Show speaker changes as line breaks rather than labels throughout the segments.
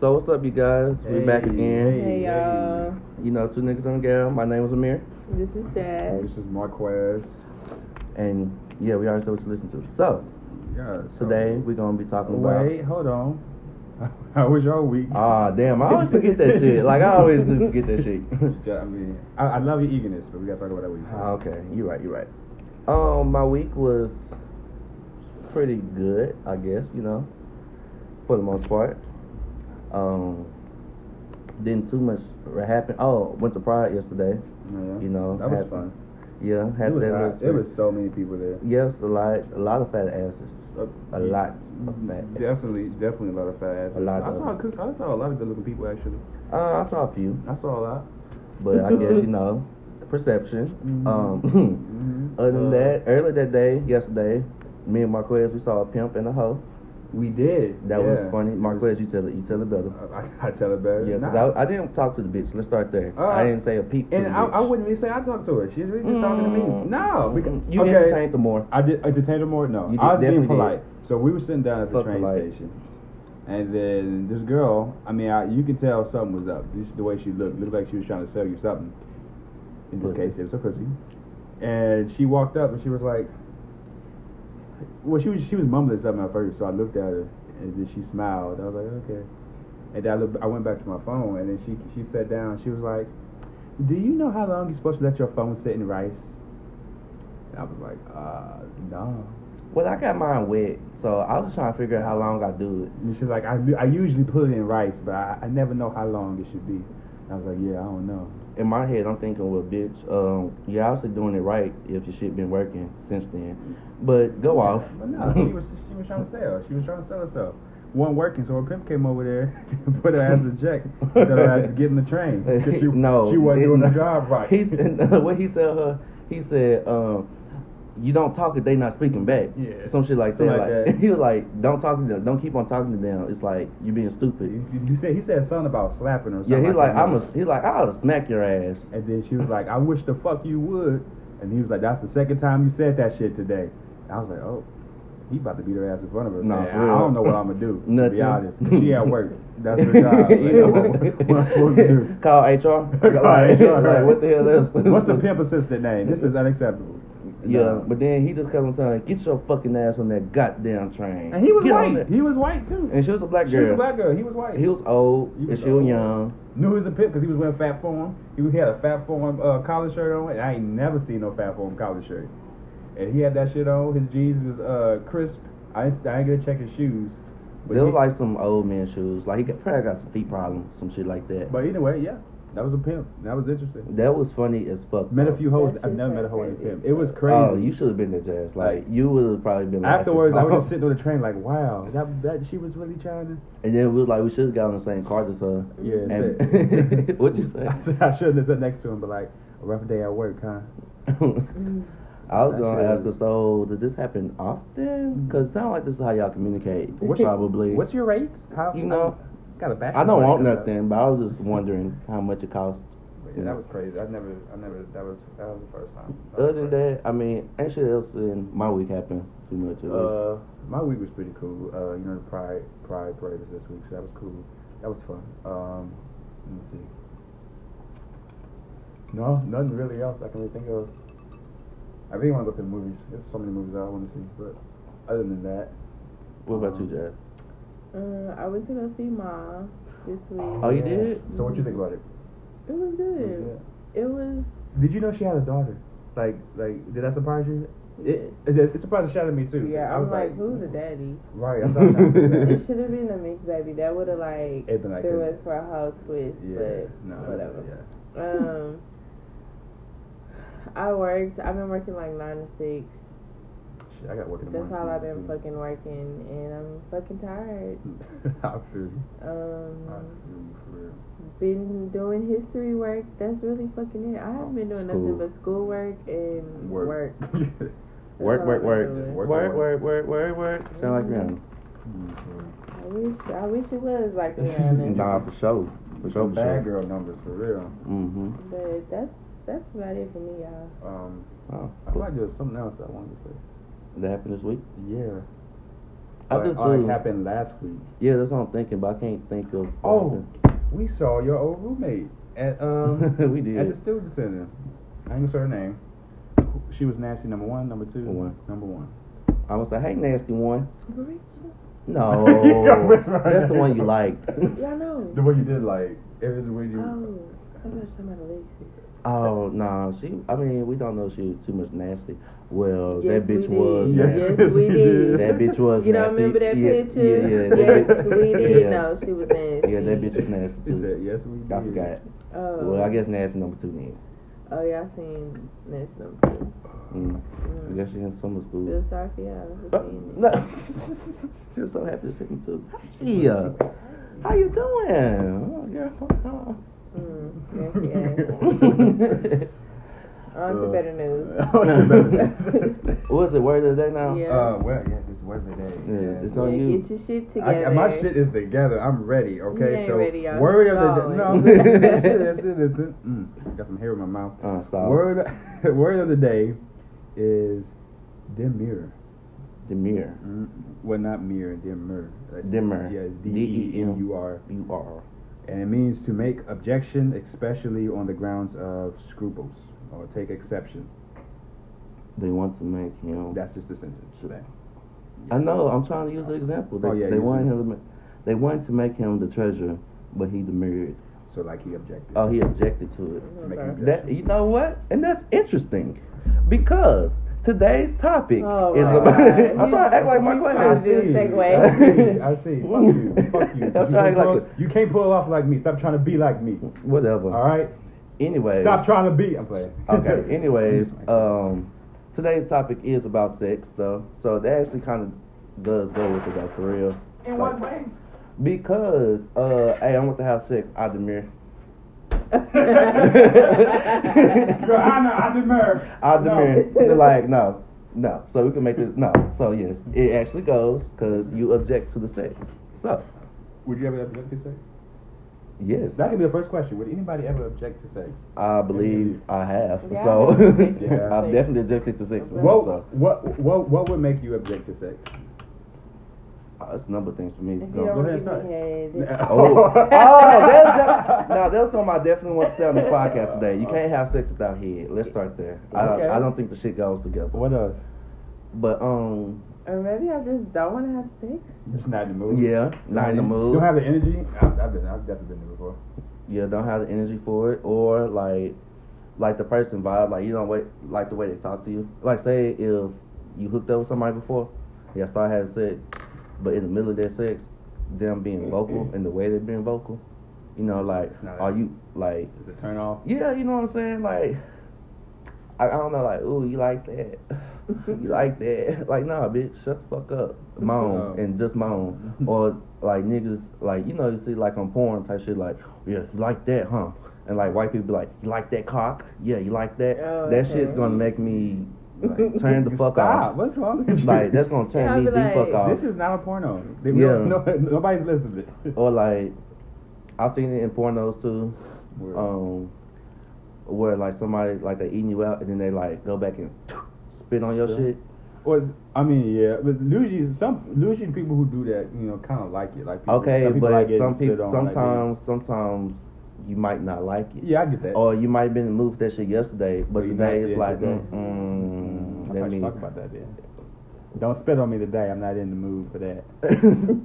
So what's up, you guys? We back
Hey,
again.
hey.
Hey y'all,
You know, two niggas and a gal. My name is Amir,
this is Dad.
This is Marquez.
and yeah, we already said what to listen to. So
Yeah. so-
today we're gonna be talking about.
Oh. Wait, hold on. How was your week?
Ah, damn! I always forget that shit. Like I always do forget that shit.
Yeah, I mean, I, I love your eagerness, but we gotta talk about that week.
Ah, okay, you're right. You're right. Um, my week was pretty good, I guess. You know, for the most part. Um, didn't too much happen. Oh, went to Pride yesterday.
Yeah.
You know,
that was
had-
fun.
Yeah,
It
had
was,
that
hot.
little
It
experience.
was so many people there. Uh,
Yes, a lot, a lot of fat asses, a
Yeah. Mm-hmm.
lot of fat.
Definitely, definitely a lot of fat asses.
A lot
I
of-
saw, a cou- I saw a lot of good-looking people actually.
Uh, I saw a few,
I saw a lot.
but I guess you know, perception.
Mhm.
Um,
Mm-hmm.
other than that, earlier that day, yesterday, me and Marquez we saw a pimp and a hoe.
we did.
That
yeah.
was funny. Marquez, you tell it, you tell it better.
I, I tell it better.
Yeah, cause
Nah.
I, I didn't talk to the bitch. Let's start there.
Uh,
I didn't say a peep. To
And
the
I,
bitch.
I wouldn't even say I talked to her. She's really just talking to
Mm.
me. No, because
you
okay.
entertained the more.
I did entertain her more. No,
You did-
I was
definitely
being
did.
polite. So we were sitting down at the
Fuck
train
polite.
station, and then this girl. I mean, I, you could tell something was up. This the way she looked. Looked like she was trying to sell you something. In this
Pussy.
case, it was a pussy. And she walked up and she was like, "Well, she was she was mumbling something at first. So I looked at her and then she smiled. I was like, "Okay." And then I, looked, I went back to my phone and then she she sat down. She was like, "Do you know how long you're supposed to let your phone sit in rice?" And I was like, "Uh, no."
Well, I got mine wet, so I was just trying to figure out how long I do it.
And she's like, I, I usually put it in rice, but I, I never know how long it should be. And I was like, yeah, I don't know.
in my head, I'm thinking, well, bitch, um, you're obviously doing it right if your shit been working since then. But go off.
But no, she was she was trying to sell. She was trying to sell herself. Wasn't working, so her pimp came over there, put her ass in check, and told her ass to get in the train because she
no,
she wasn't
it's
doing her
not.
job right.
He's, what he tell her, he said, um, you don't talk if they not speaking back.
Yeah.
Some shit like that.
Something
like
like that.
he was like, don't talk to them. Don't keep on talking to them. It's like you being stupid.
he, he said he said something about slapping her. or
Yeah,
something
he like
that.
I'm a, he like I'll smack your ass.
And then she was like, I wish the fuck you would. And he was like, That's the second time you said that shit today. And I was like, Oh, he about to beat her ass in front of her.
Nah,
man.
for real.
I don't know what I'm gonna do. To
Nothing.
be honest, 'Cause she at work. That's her job. Like,
You know?
what, what I'm supposed to do?
Call HR.
Call
Like,
HR,
like, what the hell is?
What's the pimp assistant name? This is unacceptable.
Yeah,
No.
but then he just kept on telling, her, "Get your fucking ass on that goddamn train."
and he was
Get on
white.
that."
He was white too.
And she was a black
She was
girl.
a black girl. He was white.
He was old,
He
and
was
she was
old.
young.
Knew he was a pimp because he was wearing fat form. He had a fat form uh, collar shirt on, and I ain't never seen no fat form collar shirt. And he had that shit on. His jeans was uh, crisp. I ain't, I ain't gonna check his shoes. But,
They
he,
was like some old man shoes. Like he got, probably got some feet problems, some shit like that.
but anyway, yeah, that was a pimp. That was interesting.
That was funny as fuck.
Met a
though.
few hoes.
Oh, That
I've never
shit's
met a hoe in a
crazy.
pimp. It was crazy.
Oh, you should have been there, Jazz. Like
Like-
you would have probably been. laughing.
Afterwards, I was just sitting on the train like, wow, that, that she was really trying to.
and then we was like, we should have got on the same car as her.
Yeah. that's
And-
it.
What'd you say?
I, said, I shouldn't have sat next to him, but like a rough day at work, huh?
Mm,
I was
That
gonna
shit
ask her.
is-
So, does this happen
Mm.
often? Cause it sound like this is how y'all communicate.
What's your-
probably.
What's your rates? How
You know,
I got a back.
I don't want
uh,
nothing, but I was just wondering how much it costs.
Yeah, that was crazy. I never, I never. That was that was the first time.
Other than that, I mean, ain't shit else in my week happened too much at least.
uh, my week was pretty cool. Uh, you know, the Pride Pride Parade was this week, so that was cool. That was fun. Um, let me see. No, nothing really else I can really think of. I really want to go to the movies. There's so many movies I want to see, but other than that,
what about you, Jazz?
Uh, I went to go see Mom this week.
Oh, you did?
So what you Oh, think about it?
It was good. It was.
Did you know she had a daughter? Like, like, did that surprise you? It, it, it surprised the shit out of me too.
Yeah,
I
I'm
was mm.
like, who's the daddy?
Right, I'm sorry.
It should have been a mixed baby. That would have like
It'd been like
threw
this.
us for a whole twist.
Yeah,
but
no,
whatever.
Yeah.
Um, I worked. I've been working like nine to six.
Shit, I got work in the
That's all I've
morning.
been
Mm-hmm.
fucking working, and I'm fucking tired.
I feel you. I feel
Um,
you for real.
been doing history work. That's really fucking it. I haven't been doing nothing
School.
but schoolwork and work.
Work,
all
work,
I've
work.
been doing.
Work, work, work, work, work, Sound like Rihanna.
Mm, for real.
I wish, I wish it was like
Mhm.
Rihanna.
Nah, for sure. For sure,
Some
for
bad
sure.
girl numbers for real.
Mm-hmm.
But that's that's about it for me, y'all.
Um,
Oh,
I feel like there was something else I wanted to say.
that happened this week?
Yeah.
I do
Like, oh, it
too.
happened last week.
Yeah, that's what I'm thinking, but I can't think of.
Oh, we saw your old roommate at um
We did.
at the student center. I ain't gonna say her name. She was nasty. Number one, number two,
Number one.
number one.
I was like, hey, nasty one.
Rachel?
No, that's the one you liked.
Yeah, I know.
The one you did like it was the way you.
Oh, I thought you were talking about Alexis.
oh no, she. I mean, we don't know she was too much nasty. Well,
Yes,
that bitch
we
was.
did.
nasty.
Yes, we did.
That bitch was
You don't
nasty.
remember that
yeah,
picture?
Yeah, yeah. That
yes,
bitch,
we did.
yeah.
No, she was nasty.
yeah, that bitch was nasty
He
too.
said yes, we did.
I forgot.
Oh.
Well, I guess nasty number two then.
Oh, yeah, I seen nasty number two.
Mm. I
Mm.
guess she in summer school.
Feel sorry for y'all.
Uh,
for seeing it.
no. she was so happy to see me too.
uh,
Yeah. How you doing? Oh,
Mm, nasty ass.
girl.
On to
Uh,
better news.
What's the word of the day now?
Yeah.
Uh, well, yes, it's Wednesday.
Yeah, it's
Yeah.
on
Yeah,
you.
Get your shit
I,
together.
I- my shit is together. I'm ready. Okay,
ain't
so
ready, y'all.
word
You're
of the day. No,
stalling.
I'm just- that's it. That's it. That's it. Mm, got some hair in my mouth.
Uh, stop.
Word, word of the day is demure.
Demir.
Mm, well, not mere, demure. That's-
Demure.
Yeah, it's D
D E
E
M.
M U R,
You are.
and it means to make objection, especially on the grounds of scruples or take exception.
They want to make him.
That's just the sentence today.
I know. I'm trying to use an example. They,
Oh, yeah,
they
use
wanted
it.
him. To, ma- they wanted to make him the treasurer, but he demurred.
So like he objected.
Oh, he objected to it.
To make an
Okay.
That you know what? And that's interesting because today's topic
Oh,
is
my
about.
God.
I'm trying to act like my
trying
class.
to do a
I see.
segue.
I see. Fuck you. Fuck you.
I'm
You
trying
can't
to like-
pull- you can't pull off like me. Stop trying to be like me.
Whatever.
All right.
Anyways.
Uh, Stop trying to be. I'm playing.
Okay. Anyways,
Oh
um, today's topic is about sex though, so that actually kind of does go with it though, for real.
In what way?
Because uh, hey, I want to have sex. I demur.
Your Honor, I demur.
I
No.
demur. They're like no. No, so we can make this no. So yes, it actually goes because you object to the sex. So
Would you ever object to sex?
yes,
That could be the first question. Would anybody ever object to sex?
I believe I have.
Yeah,
So
I think
you have.
I've definitely objected to sex before.
What,
So
what what what would make you object to sex?
uh, it's a number of things for me.
If you
Go-
don't
ahead,
give me
start.
head,
Oh, oh, that's def- now that's something I definitely want to say on this podcast today. You can't have sex without head. Let's start there. I,
Okay.
I don't think the shit goes together.
What else?
But um,
Or maybe I just don't want to have sex.
Just not in the mood.
yeah, not in the mood.
Mm-hmm. Don't have the energy. I've, I've been. I've definitely been there before.
yeah, don't have the energy for it, or like, like the person vibe. Like you don't wait, like the way they talk to you. Like say if you hooked up with somebody before, yeah, start having sex, but in the middle of that sex, them being vocal and the way they're being vocal, you know, like
It's not-
are you like
Is it turn off?
Yeah, you know what I'm saying? Like, I, I don't know, like, ooh, you like that? you like that? Like, nah, bitch, shut the fuck up. Moan,
Oh.
and just moan. or, like, niggas, like, you know, you see, like, on porn type shit, like, oh, yeah, you like that, huh? And, like, white people be like, you like that cock? Yeah, you like that?
Oh,
that
okay.
shit's gonna make me, like, turn the
You
fuck
stop.
off.
What's wrong with you?
Like, that's gonna turn
Yeah, I'll
me
be
the
like,
fuck off.
This is not a porno. They,
Yeah.
no, no, nobody's listening.
or, like, I've seen it in pornos, too. um, where like somebody like they eating you out and then they like go back and spit on your
Sure.
shit.
Or is- I mean, yeah, but usually some usually people who do that, you know, kind of like it. Like people,
Okay,
some people
but
like getting
some
spit
people
on, like,
sometimes Oh, sometimes you might not like
they-
it,
yeah, I get that.
or you might have been in the mood for that shit yesterday, but
But you
today
not
it's
there
like
today.
mm,
I
let
thought you
me.
talked about that. Then. Don't spit on me today. I'm not in the mood for that.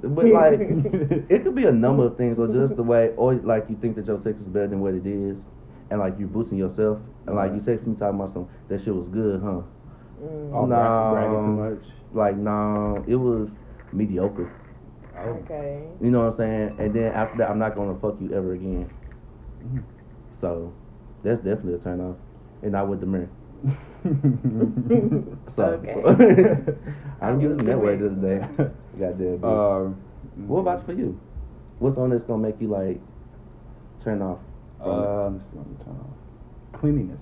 but like it could be a number of things, or just the way, or like you think that your sex is better than what it is, and like you boosting yourself, and like you text me talking about some that shit was good, huh?
Mm,
Oh,
Nah.
bragging too much.
Like nah, it was mediocre.
okay.
You know what I'm saying? And then after that, I'm not gonna fuck you ever again.
Mhm.
So that's definitely a turn off. And not with the mirror. So
Okay.
I'm using that word the other day. Goddamn. bitch.
um,
what about for you? What's on that's gonna make you like turn off? Oh,
Um, let's see what we turn off. Cleanliness.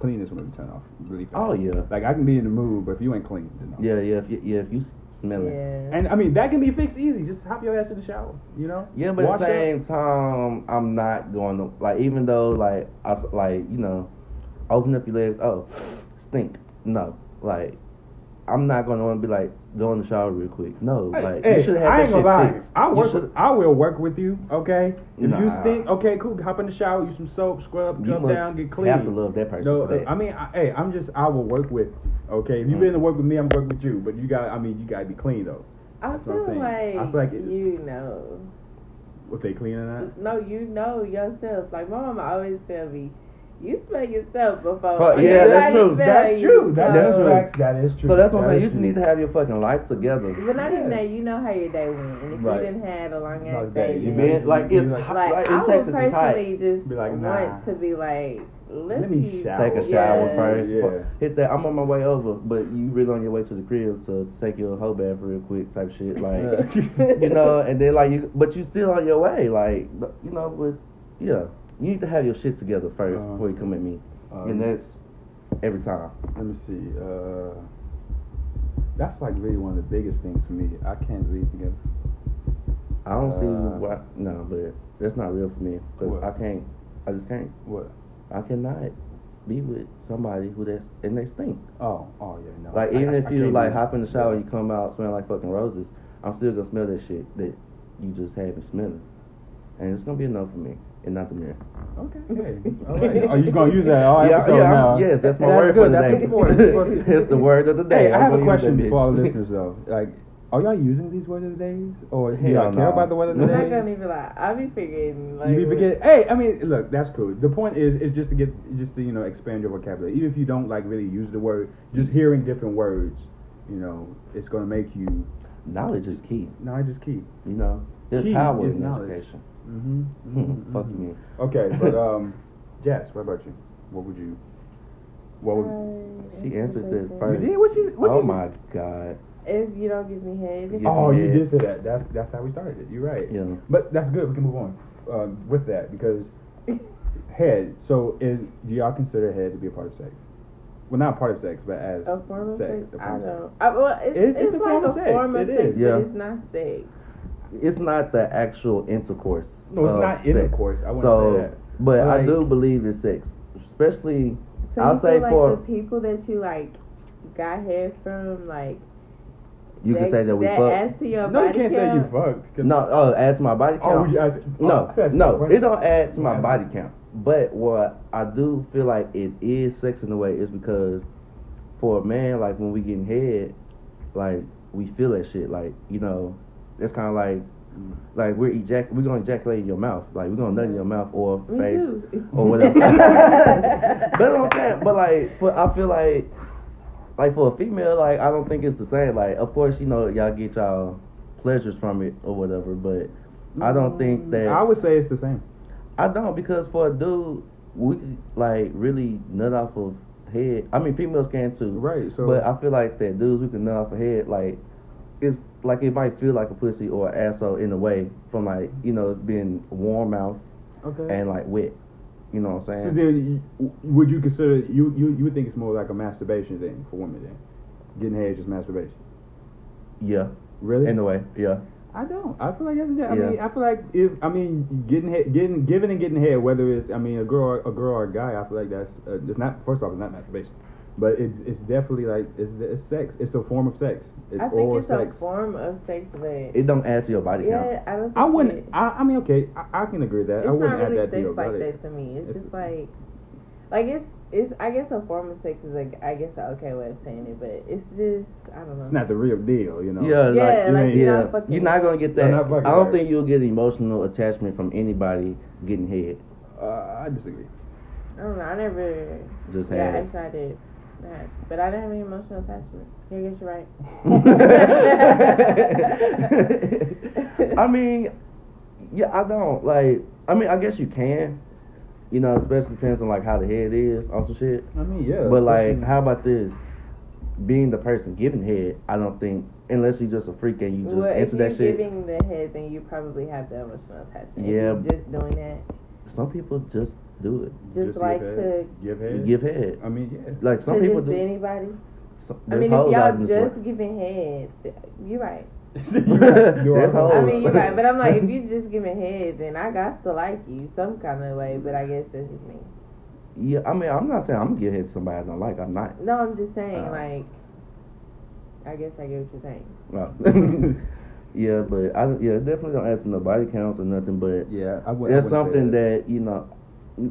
Cleanliness when we turn off. Really fast.
Oh, yeah.
Like I can be in the mood, but if you ain't clean, then no.
Yeah, yeah, if you, yeah, if you smell it.
Yeah.
And I mean that can be fixed easy. Just hop your ass in the shower. You know.
Yeah, but at
Wash
the
up.
same time, I'm not going to like even though like I s- like you know, open up your legs. Oh, stink. No, like I'm not gonna want to be like go in the shower real quick. No, like
Hey,
you should have
I
that
ain't
shit
gonna lie.
fixed.
I
You
work.
should-
I will work with you. Okay. If you
Nah.
stink, okay, cool. Hop in the shower, use some soap, scrub,
you
jump
must
down, get clean.
have to love that person
No,
for that.
I mean, I, hey, I'm just. I will work with. you, Okay, if you've
Mm.
been to work with me, I'm work with you. But you got. I mean, you gotta be clean though.
I
That's what I'm
feel
saying. I
like,
feel like it- Uh.
you know.
If they clean or not.
No, you know yourself. Like my mama always tell me, you smell yourself before.
Fuck, yeah, that's
anybody
true.
smell
Oh, That's
you."
true.
No.
That, that's
That's true.
facts. That is true.
so that's what
That
I'm saying.
is
You just
true.
need to have your fucking life together.
But not even
Yeah.
that. You know how your day went, and if
Right.
you didn't have a long
Like
ass
that,
day,
You
Yeah.
then-
been like it's
Like,
hot,
like,
like
I
in Texas
would
it's hot.
personally just
Be like, nah.
want to be like, let's
Let me
see.
shower.
Take a shower
Yeah.
first.
Yeah.
Fuck, Hit that. I'm on my way over, but you really on your way to the crib to take your hoe bath real quick type shit. Like you know, and then like you, but you still on your way. Like you know, but yeah, you need to have your shit together first
Uh-huh.
before you come at me,
Um,
and that's every time.
Let me see. Uh, that's like really one of the biggest things for me. I can't leave together.
I don't see
Uh,
why. No, but that's not real for me because
What?
I can't. I just can't.
What?
I cannot be with somebody who that's and they stink.
Oh, oh yeah, no.
Like
I-
even
I-
if
I
you
can't
like
do-
hop in the shower and you come out smelling like fucking roses, I'm still gonna smell that shit that you just had me smelling, and it's gonna be enough for me and not the mirror.
Okay. hey, all right. Are Oh, you gonna use that all
yeah,
episode
yeah,
now?
I'm- yes, that's my
That's
word
good,
for the
that's
day.
important. It's supposed to-
it's the word of the day.
Hey, I
I'm
have a
gonna use that
question
bitch.
for all the listeners though. Like, are y'all using these words of the days, or do y'all
Hell
care
no.
about the word of the
I'm not
days?
gonna even lie. I be figuring. Like,
You be forget. Hey, I mean, look, that's cool. The point is, it's just to get, just to you know, expand your vocabulary. Even if you don't like really use the word, just hearing different words, you know, it's gonna make you.
Knowledge is key.
No, I just keep.
You know, there's
Key
power
is
in
knowledge.
education.
Mm-hmm.
Hmm, Fuck you.
Okay, but um, Jess, what about you? What would you? What would?
Right,
She
it's
answered this
amazing.
first.
You did? What you- what
oh
you-
my god.
If you don't give me head, if
Yeah.
oh, you
yeah.
did say that. That's that's how we started. it. You're right.
Yeah.
But that's good. We can move on um, with that because head. So is do y'all consider head to be a part of sex? Well, not part of sex, but as
a form of sex,
a form
I
of sex.
don't. I, well, it's,
It's- it's
it's,
a
like
form of
a
sex.
form
It
of
is.
sex, but
Yeah.
it's not sex.
It's not the actual intercourse.
No, it's
of
not
sex.
intercourse. I wouldn't
so,
say that.
But I
Like-
do believe it's sex, especially
So
I'll
you
say
feel like
for-
the people that you like got head from, like
you can say that we
that
fuck.
adds to your
No, you
body
can't say you
count?
fucked. 'cause-
No, oh, add to my body
Oh,
count.
would you add- oh,
no,
that's
no,
right.
it don't add to my
Yeah.
body count. But what I do feel like it is sex in a way is because for a man, like when we getting head, like we feel that shit. Like you know, it's kind of like
Mm.
like we're ejac we're gonna ejaculate in your mouth. Like we're gonna nut in your mouth or
Me
face
too.
or whatever. but I'm saying, but like, for, I feel like, like for a female, like I don't think it's the same. Like, of course, you know, y'all get y'all pleasures from it or whatever, but I don't think that
I would say it's the same.
I don't because for a dude, we could, like really nut off of head. I mean, females can too,
Right, so-
but I feel like that dudes we can nut off of head like. It's like it might feel like a pussy or an asshole in a way from like you know being warm mouth
Okay.
and like wet, you know what I'm
So
saying?
then, you- would you consider you you you would think it's more like a masturbation thing for women then? Getting head is just masturbation.
yeah,
Really?
in a way, yeah.
I don't. I feel like that's. I mean,
Yeah.
I feel like if I mean getting head, getting giving and getting head, whether it's I mean a girl or, a girl or a guy, I feel like that's uh, it's not. First off, it's not masturbation, but it's it's definitely like it's, it's sex. It's a form of sex. It's
I
oral
think it's
sex.
a form of sex, but
It don't add to your body count.
yeah, I don't. Think
I wouldn't.
It,
I, I mean, okay, I, I can agree with that.
it's
I wouldn't
not really
add that to
sex
your
like
body.
that to me. It's,
It's-
just like, like it's it's. I guess a form of sex is like I guess an okay way of saying it, but it's just I don't know.
It's not the real deal, you know.
Yeah,
Yeah,
like,
like,
you ain't-
you're
yeah.
not fucking.
You're not gonna get
You're
that.
not fucking
I don't
right.
think you'll get emotional attachment from anybody getting head.
Uh, I disagree.
I don't know. I never.
Just
yeah,
had.
actually I did. That. But I didn't have any emotional attachment. Yeah, I guess you're right.
I mean, yeah, I don't like. I mean, I guess you can. You know, especially depends on like how the head is on some shit.
I mean, yeah.
But like,
especially-
how about this? Being the person giving head, I don't think unless you're just a freak and you just
well,
into
if
that
you're
shit.
giving the head, then you probably have the emotional attachment. If
Yeah.
you're just doing that.
Some people just do it.
just like
give
to-
head. give head.
Give head.
I mean, yeah.
Like some
to
people
just
do.
anybody.
some-
I
there's
mean, if
hoes out
y'all
in
just
this world.
giving head, th- you're right.
You are
That's
right.
hoes.
I mean, you're right. But I'm like, if you just giving head, then I got to like you some kind of way. But I guess that's just me.
Yeah, I mean, I'm not saying I'm gonna get head to somebody I don't like. I'm not.
No, I'm just saying,
Uh,
like, I guess I get what you're saying.
No. yeah, but I don't- yeah definitely don't ask for no body counts or nothing. But
Yeah, I would.
that's something that. you know.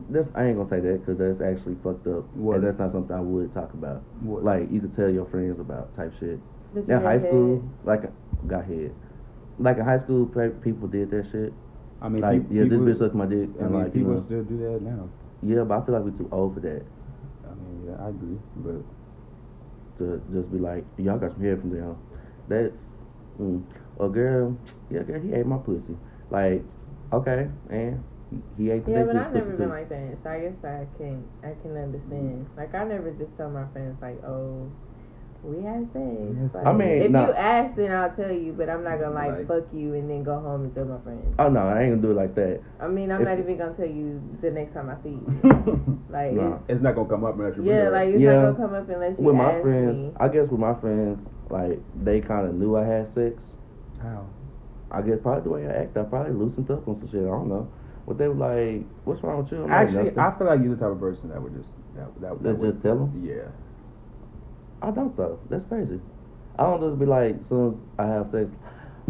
That's I ain't gonna say that because that's actually fucked up.
What?
And that's not something I would talk about.
What?
Like you could tell your friends about type shit.
But you
In high
got
school, like got head. Like in high school, pe- people did that shit.
I mean,
like
peop-
yeah,
people,
this bitch sucked my dick,
I
and
mean,
like you
people
know,
still do that now.
yeah. But I feel like we're too old for that
I mean, yeah, I agree, but
to just be like, y'all got some hair from down. That's, mm. or girl, yeah, girl, he ate my pussy. Like, okay, and he ate the
Yeah,
next
but I've
bitch
never
pussy
been
too.
like that. So I guess I can I can understand.
Mm-hmm.
Like I never just tell my friends like, oh, we had
Yes,
sex. Like,
I
mean,
if
nah.
you ask, then I'll tell you. But I'm not gonna like,
Like-
fuck you and then go home and tell my friends.
oh no, I ain't gonna do it like that.
I mean, I'm
if-
not even gonna tell you the next time I see you. Like,
Nah.
it's not gonna come up unless
it's,
you
yeah,
realize.
like it's
Yeah.
not gonna come up unless you
With my
ask
friends,
me.
I guess with my friends, like they kind of knew I had sex.
How?
I guess probably the way I act, I probably loosened up on some shit. I don't know. But they were like, "What's wrong with you?" I'm like,
Actually,
"Nothing."
I feel like you're the type of person that would just that that,
Let's
would
just tell 'em?
Yeah,
I don't though. That's crazy. I don't just be like, soon as I have sex,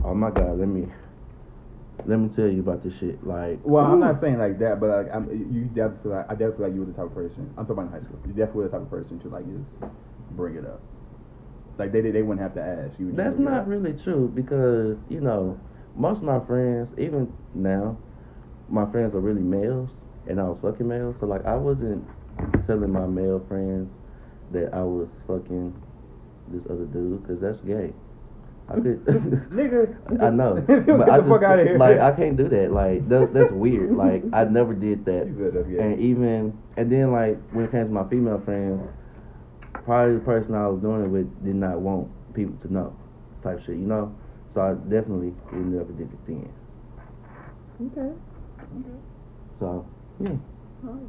oh my god, let me, let me tell you about this shit. Like,
Well, I'm
ooh,
not saying like that, but like I'm, you definitely, feel like, I definitely feel like you were the type of person. I'm talking about in high school. You definitely were the type of person to like just bring it up. Like they they they wouldn't have to ask. You would just
That's
bring it
not
up.
really true because you know, most of my friends, even now, my friends are really males, and I was fucking males. So like, I wasn't telling my male friends that I was fucking this other dude because that's gay. I could.
nigga.
I know,
Get
but
the
I just
fuck out of here.
like I can't do that. Like that, that's weird. Like I never did that.
You said that, yeah.
And even and then like when it came to my female friends, probably the person I was doing it with did not want people to know, type shit, you know. So I definitely would never did it then.
okay.
So yeah,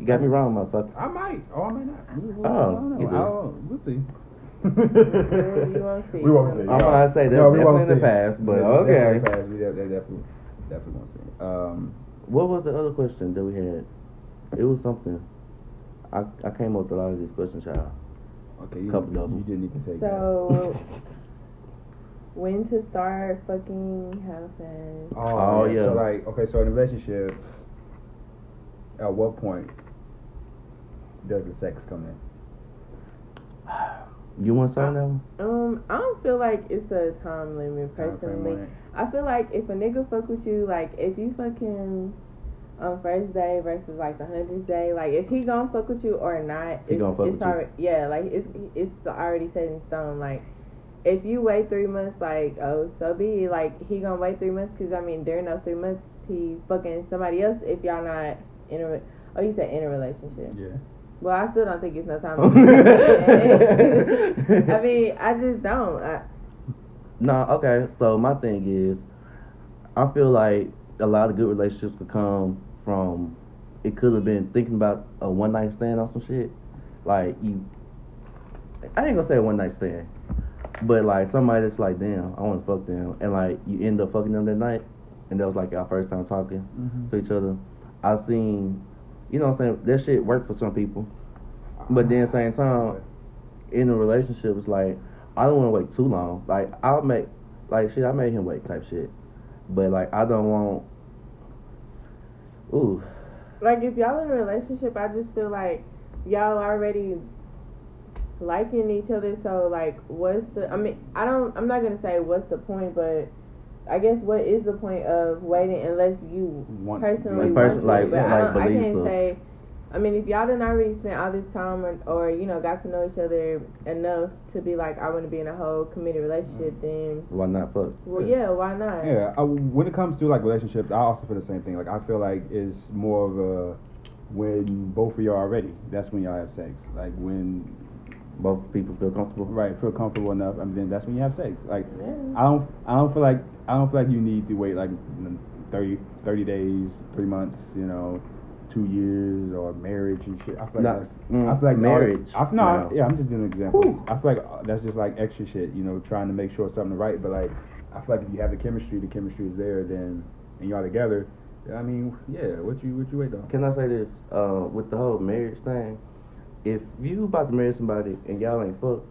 you got me wrong, motherfucker.
I might. Oh, I might not.
Oh,
I don't know.
you do.
I don't- we'll see.
we won't see.
We won't see.
I'm gonna say that's
No, we won't
definitely in the
see.
past, but
That's definitely
okay.
in the past. We de- they definitely, definitely won't see. Um,
What was the other question that we had? It was something. I I came up with a lot of these questions, y'all.
okay. You,
Couple of
you
them.
didn't need to take
So when to start fucking having sex?
that.
Oh,
yeah. So
yeah.
like, okay, so in a relationship, at what point does the sex come in?
You want something now?
Um, I don't feel like it's a time limit
Time frame
personally.
on it?
I feel like if a nigga fuck with you, like if you fucking on first day versus like the hundredth day, like if he gonna fuck with you or not,
He
it's,
gonna fuck
it's
with you.
already yeah, like it's it's already set in stone. Like if you wait three months, like oh so be it. like he gonna wait three months because I mean during those three months he fucking somebody else if y'all not in a re- oh you said in a relationship.
Yeah.
Well, I still don't think it's no time. limit. I mean, I just don't. I,
No, okay. So my thing is, I feel like a lot of good relationships could come from. It could have been thinking about a one night stand or some shit. Like you, I ain't gonna say a one night stand, but like somebody that's like, damn, I want to fuck them, and like you end up fucking them that night, and that was like our first time talking to each other. I seen, you know, what I'm saying that shit worked for some people, but then same time, in a relationship it's like I don't want to wait too long. Like I'll make like shit I made him wait type shit, but like I don't want. Ooh,
like if y'all in a relationship, I just feel like y'all already liking each other. So like, what's the? I mean, I don't. I'm not gonna say what's the point, but I guess what is the point of waiting unless you
One
personally
Like person-
want to,
like-
but I,
like
don't, I
beliefs
can't
or-
say. I mean, if y'all done already spent all this time or, or you know got to know each other enough to be like, I want to be in a whole committed relationship, then
why not fuck?
well, yeah, why not?
Yeah, I, when it comes to like relationships, I also feel the same thing. Like I feel like it's more of a when both of y'all are ready. That's when y'all have sex. Like when
Both people feel comfortable.
right feel comfortable enough, and then that's when you have sex. Like
Yeah.
I don't I don't feel like I don't feel like you need to wait like 30, 30 days, three months, you know, two years or marriage and shit. I feel like
Nah,
that's,
mm,
I feel like all-
marriage,
I feel, no, I-
no.
yeah, I'm just giving examples. I feel like uh, that's just like extra shit, you know, trying to make sure something's right. But like, I feel like if you have the chemistry, the chemistry is there, then and y'all together. then, I mean, yeah, what you what you wait on?
Can I say this? Uh, with the whole marriage thing, if you about to marry somebody and y'all ain't fucked,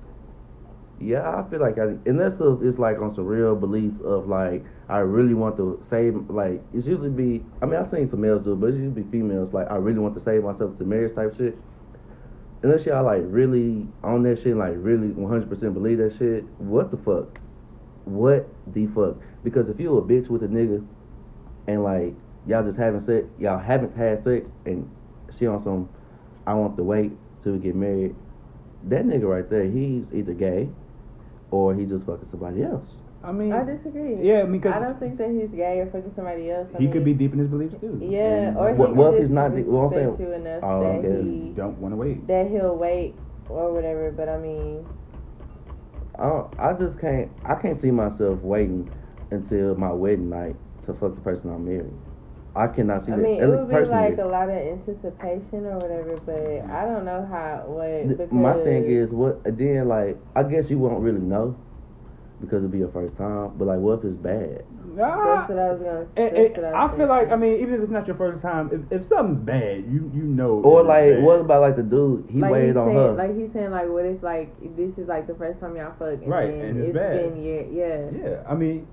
Yeah, I feel like I, unless if it's like on some real beliefs of like I really want to save like it's usually be I mean I've seen some males do it, but it's usually be females like I really want to save myself to marriage type shit. Unless y'all like really on that shit, like really one hundred percent believe that shit. What the fuck? What the fuck? Because if you a bitch with a nigga, and like y'all just having sex, y'all haven't had sex, and she on some I want to wait till we get married. That nigga right there, he's either gay or he just fucking somebody else.
I mean,
I disagree.
yeah, because
I don't think that he's gay or fucking somebody else. I
he
mean,
could be deep in his beliefs too.
Yeah,
Mm-hmm.
or he
What-
could
what if
just
he's not the- what I'm saying-
respect you enough
Oh,
that
okay.
You
he
don't want to wait.
that he'll wait or whatever. But I mean,
I don't, I just can't I can't see myself waiting until my wedding night to fuck the person I'm marrying. I cannot see
I
that.
mean, it
At
would
least
be like a lot of anticipation or whatever. But I don't know how what
Th-
because
My thing is, what then? Like, I guess you won't really know because it'll be your first time. But like, what if it's bad?
that's what I was gonna.
It-
that's
it-
what
Uh, I
was
feel like I
thinking.
mean, even if it's not your first time, if, if something's bad, you you know.
Or
it's
like,
bad.
what about like the dude? He
like
waited
he's
on
saying,
her.
Like he's saying, like what if like this is like the first time y'all fuck and
Right,
then
and it's bad.
been year, yeah.
Yeah, I mean,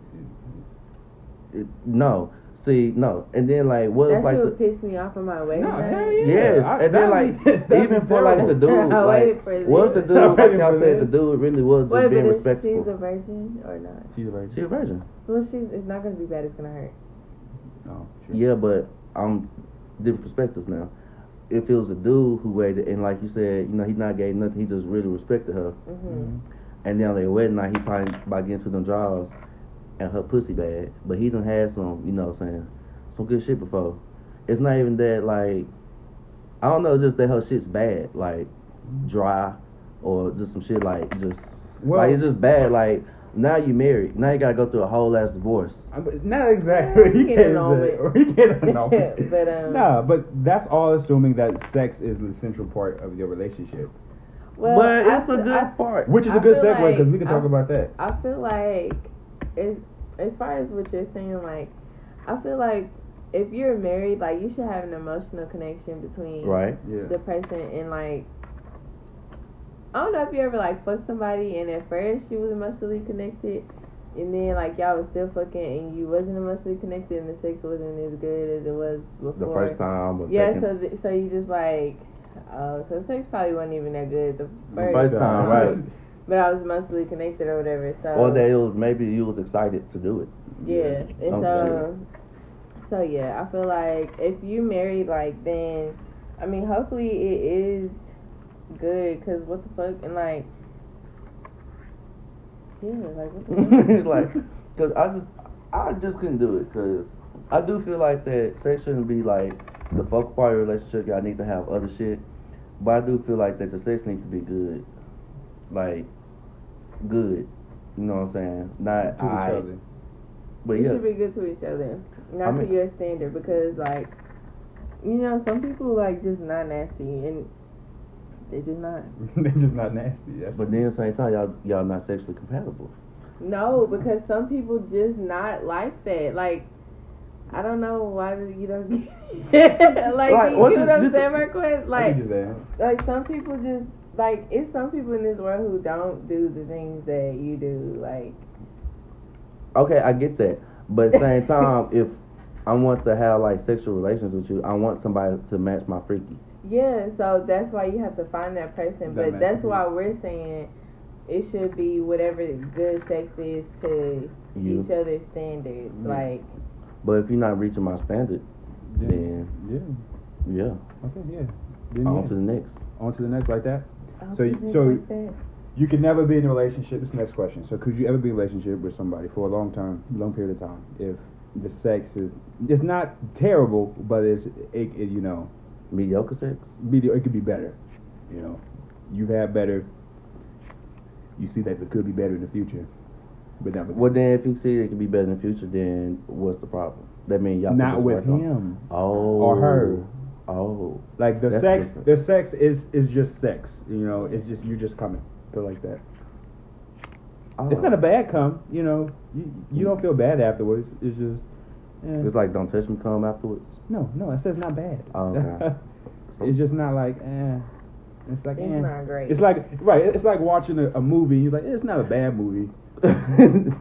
no, see, no. And then like, what
That
if like
shit
the
would piss me off on my way.
no,
back.
hell yeah.
Yes,
I-
and then
that'd
like
be- that'd
even
be
for like the
terrible.
dude,
I waited
like
for this.
what if the dude,
I
like
waited
y'all
for
said, the
this.
dude really was just
Wait,
being
but is she's
respectful.
a virgin or not?
She's a virgin.
She a virgin.
Well, she's it's not gonna be bad. It's gonna hurt.
No, sure.
Yeah, but I'm different perspective now. If it was a dude who waited, and like you said, you know, he's not gay, nothing. He just really respected her.
Mm-hmm.
And then on their wedding night, he probably by getting to them draws, and her pussy bad. But he done had some, you know, what I'm saying some good shit before. It's not even that like, I don't know, it's just that her shit's bad, like dry, or just some shit like just
Well-
like it's just bad. Like now you married, now you gotta go through a whole ass divorce.
I mean, Not exactly.
Yeah,
He
we
can't
get along
say-
with-
we get along with-
But, um,
nah, but that's all assuming that sex is the central part of your relationship,
Well,
but
I
it's a
fe-
good
I-
part.
which is
I
a good
feel
segue because
like
we can talk
I'm-
about that.
I feel like as as far as what you're saying, like I feel like if you're married, like you should have an emotional connection between
Right.
Yeah.
the person and like I don't know if you ever like fucked somebody and at first you was emotionally connected and then like y'all was still fucking and you wasn't emotionally connected and the sex wasn't as good as it was
The
before.
first time, or
yeah,
second,
so th- so you just like oh, so the sex probably wasn't even that good the
the
first,
first time, right?
but I was emotionally connected or whatever. So
Or that Oh, it was maybe you was excited to do it.
yeah, and so, so yeah, I feel like if you married, like then, I mean, hopefully it is good, cause what the fuck, and like, yeah, like what the fuck?
like, cause I just, I just couldn't do it. Cause I do feel like that sex shouldn't be like the fuck part of your relationship. Y'all need to have other shit, but I do feel like that the sex needs to be good, like, good. You know what I'm saying? Not
To each
I,
other.
but
you
yeah,
should be good to each other, not
I mean-
to your standard, because like, you know, some people like just not nasty, and they just not.
They're just not nasty. That's
but then at the same time, y'all y'all not sexually compatible.
No, because some people just not like that. Like, I don't know why do you don't get like,
Like,
you,
what
you
is- this-
understand my question?
I
Like,
think it's that.
like some people just like it's some people in this world who don't do the things that you do. Like,
Okay, I get that, but at the same time, if I want to have like sexual relations with you, I want somebody to match my freaky.
yeah, so that's why you have to find that person.
That
But
matches
that's
you.
why we're saying it should be whatever good sex is to
You,
each other's standards.
Mm.
Like,
but if you're not reaching my standard,
Then- yeah.
yeah.
Okay. Yeah. Then
on
yeah.
to the next.
on to the next like that.
I hope
So
you
you-
didn't
so-
like that.
You could never be in a relationship. This is the next question. So, could you ever be in a relationship with somebody for a long time, long period of time, if the sex is it's not terrible, but it's it, it you know
Mediocre sex.
be it could be better. You know, you've had better. You see that it could be better in the future, but not with,
Well, then if you see it can be better in the future, then what's the problem? That means y'all can
not
just
with
work on-
him
Oh,
or her.
Oh,
Like the
That's
sex,
different.
the sex is is just sex. You know, it's just you just coming. Feel like that.
oh.
It's not a bad come. You know, you you don't feel bad afterwards. It's just. eh.
It's like don't touch me, come afterwards.
No, no, it says not bad.
Oh, okay.
it's just not like, eh. And it's like,
It's
eh.
not great.
It's like right. It's like watching a, a movie. You're like, it's not a bad movie.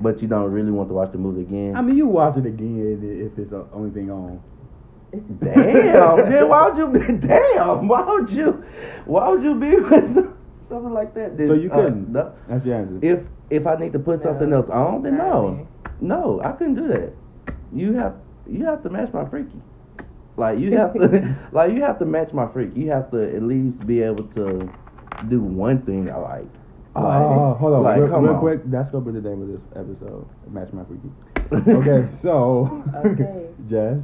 but you don't really want to watch the movie again.
I mean, you watch it again i- if it's the only thing on.
damn, then why would you be? Damn, why would you? Why would you be with some- something like that? Then,
So you
uh,
couldn't.
no.
That's your answer.
if if I need to put
No.
something else on, then
Not
no,
me.
no, I couldn't do that. You have you have to match my freaky. Like you have to like you have to match my freak. You have to at least be able to do one thing I like.
Oh,
Like-
hold on,
like,
real,
come
real
on.
quick. That's gonna be the name of this episode. Match my freaky. Okay, so
Okay.
Jazz.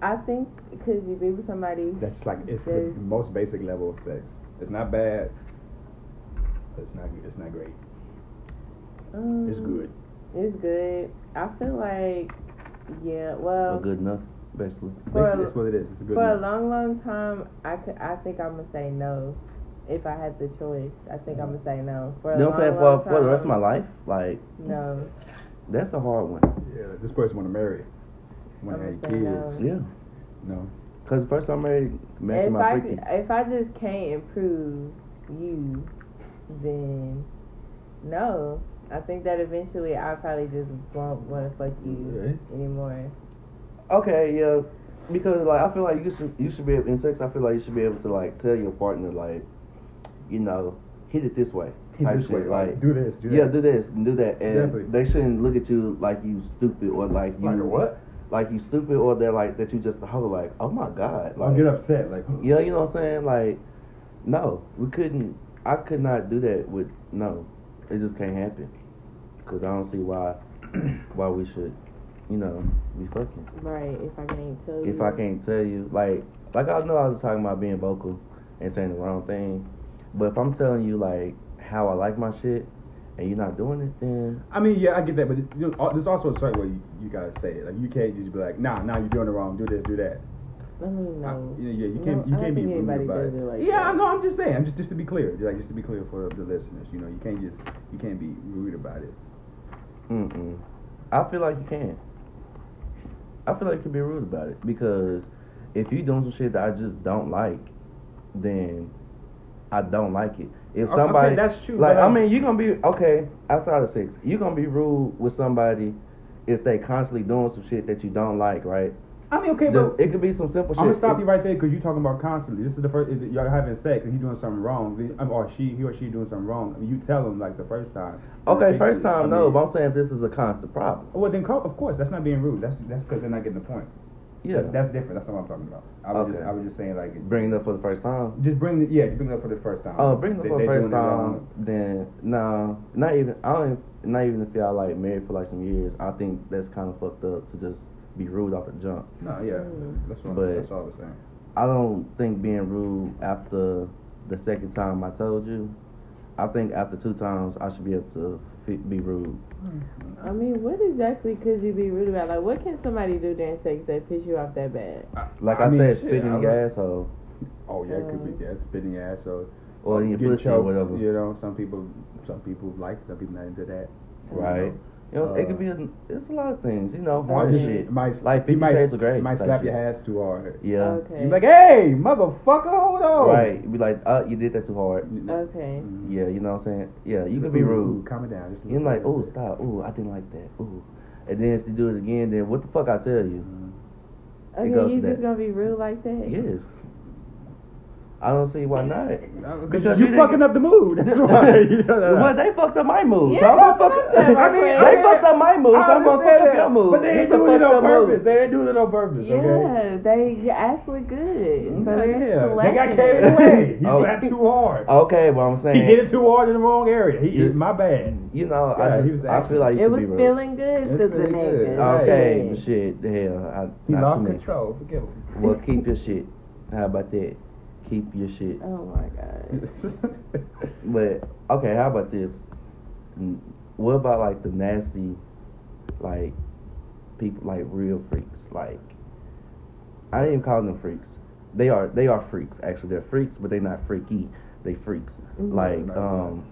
I think because you be with somebody,
That's like it's
Jazz.
the most basic level of sex. It's not bad. but It's not. It's not great.
mm,
It's good.
It's good. I feel like, yeah. Well,
Well, good enough, basically.
For a-
Basically, that's what it is. It's a good.
for a
movie.
long, long time, I could. I think I'm gonna say no. If I had the choice, I think I'm gonna say no. For a
You know
long,
what I'm saying?
long
For, for the rest of my
time,
life, like
No.
that's a hard one.
Yeah, like, this person want to marry. Want to
I'm
have
gonna say
kids.
Yeah,
No.
because the person I married matched
If
my
I
freaky.
if I just can't improve you, then no. I think that eventually I probably just won't want to fuck you
Really?
anymore.
Okay, yeah, because like I feel like you should you should be able, in sex. I feel like you should be able to like tell your partner like, you know, hit it this way, type
This
shit.
way,
Like,
do this. Do
yeah,
that.
do this, and do that, and
Definitely.
they shouldn't look at you like you stupid or like you
Like a what?
like you stupid or that like that you just a hoe. Like, oh my god,
I'll
like,
get upset. Like,
yeah, you know what I'm saying? Like, no, we couldn't. I could not do that with no. It just can't happen. Cause I don't see why why we should, you know, be fucking
Right. If I can't tell you.
if I can't tell you, like, like I know I was talking about being vocal and saying the wrong thing, but if I'm telling you like how I like my shit and you're not doing it, then
I mean, yeah, I get that, but you know, al- there's also a certain way you, you gotta say it. Like, you can't just be like, nah, nah, you're doing it wrong. Do this, do that.
I mean,
I-
no.
yeah, yeah, you
No,
can't,
I
you
don't
can't be
think
rude
anybody
about
does
it.
it like
yeah,
that.
I know. I'm just saying. I'm just, just to be clear. Like, just to be clear for the listeners. You know, you can't just, you can't be rude about it.
mm-mm. I feel like you can. I feel like you can be rude about it because if you doing some shit that I just don't like, then I don't like it. If
Okay,
somebody
that's true,
like
but um,
I
I'm-
mean, you're gonna be okay outside of sex. You're gonna be rude with somebody if they constantly doing some shit that you don't like, right?
I mean, okay,
Just-
but
it could be some simple shit.
I'm gonna stop you right there because you're talking about constantly. This is the first if y'all having sex and he doing something wrong, then- um, or she, he or she doing something wrong. I mean, you tell him like the first time.
Okay,
Fix
first
it. I
time, no,
mean-
but I'm saying this is a constant problem.
Well, then, co- of course, that's not being rude. That's that's because they're not getting the point.
Yeah.
that's, that's different. That's not what I'm talking about. I was
Okay.
just I was just saying like it-
bringing it up for the first time.
just bring the yeah, just bring it up for the first time.
Oh, bringing it up
They-
for
they
the first
doing it wrong.
time, then, no, not even, I don't even, not even if y'all like married for like some years, I think that's kind of fucked up to just be rude off the jump.
No, yeah,
Mm.
that's what
But-
that's all I was saying.
I don't think being rude after the second time I told you, I think after two times I should be able to fi- be rude.
I mean, what exactly could you be rude about? Like, what can somebody do during sex that piss you off that bad?
Like I,
mean,
said,
shit,
spitting
I
in your
would-
asshole
Oh yeah, it could
Um,
be that spitting your ass or
or in your
get
pussy or
choked,
whatever.
You know, some people some people like some people not into that.
Right. You know, it could be, a, it's a lot of things, you know, hard
just-
shit.
Might,
Like
you
Fifty
might,
Shades of Grey
You might
type
slap
shit.
your ass too hard.
Yeah.
Okay.
You like, hey, motherfucker, hold on.
Right. You be like, uh, you did that too hard.
okay.
Mhm.
Yeah, you know what I'm saying? Yeah, you
Ooh,
could be rude.
Calm it down. Just a
You're
little
like,
bit.
oh, stop. Oh, I didn't like that. Oh. And then if you do it again, then what the fuck I tell you?
Mhm.
Okay,
goes
you
to
just
that.
gonna be rude like that?
Yes. I don't see why not.
Because
Because
you
you
fucking
didn't-
up the mood. That's why. You know that.
well, they fucked up my moves.
Yeah,
so I'm
that's
gonna fuck-
what I'm saying, my
I mean,
friend.
they fucked up my moves.
I
I'm gonna fuck
understand
up your
that,
moves.
But they
It's
ain't
a
doing it
fucked
on
up move.
purpose. They ain't doing it on purpose.
Yeah,
Okay. Mm-hmm. Mm,
they you're actually good. So
Yeah,
they're
They got
selective.
carried away. He
Oh.
slapped too hard.
Okay, but I'm saying,
He did it too hard in the wrong area. He,
Yeah.
my bad.
you know,
Yeah,
I
he
just,
was
I feel like you
It
could
was
be rude.
feeling good
It's
to the
feeling good,
nigga.
right.
Okay,
Yeah.
shit, hell, I, not
He
to
lost
me.
control. Forgive him.
Well, keep your shit. How about that? Keep your shit.
Oh my god.
But okay, how about this? N- What about like the nasty, like people, like real freaks? Like I didn't even call them freaks. They are they are freaks. Actually, they're freaks, but they're not freaky. They freaks.
Mhm.
Like
Right, right.
um,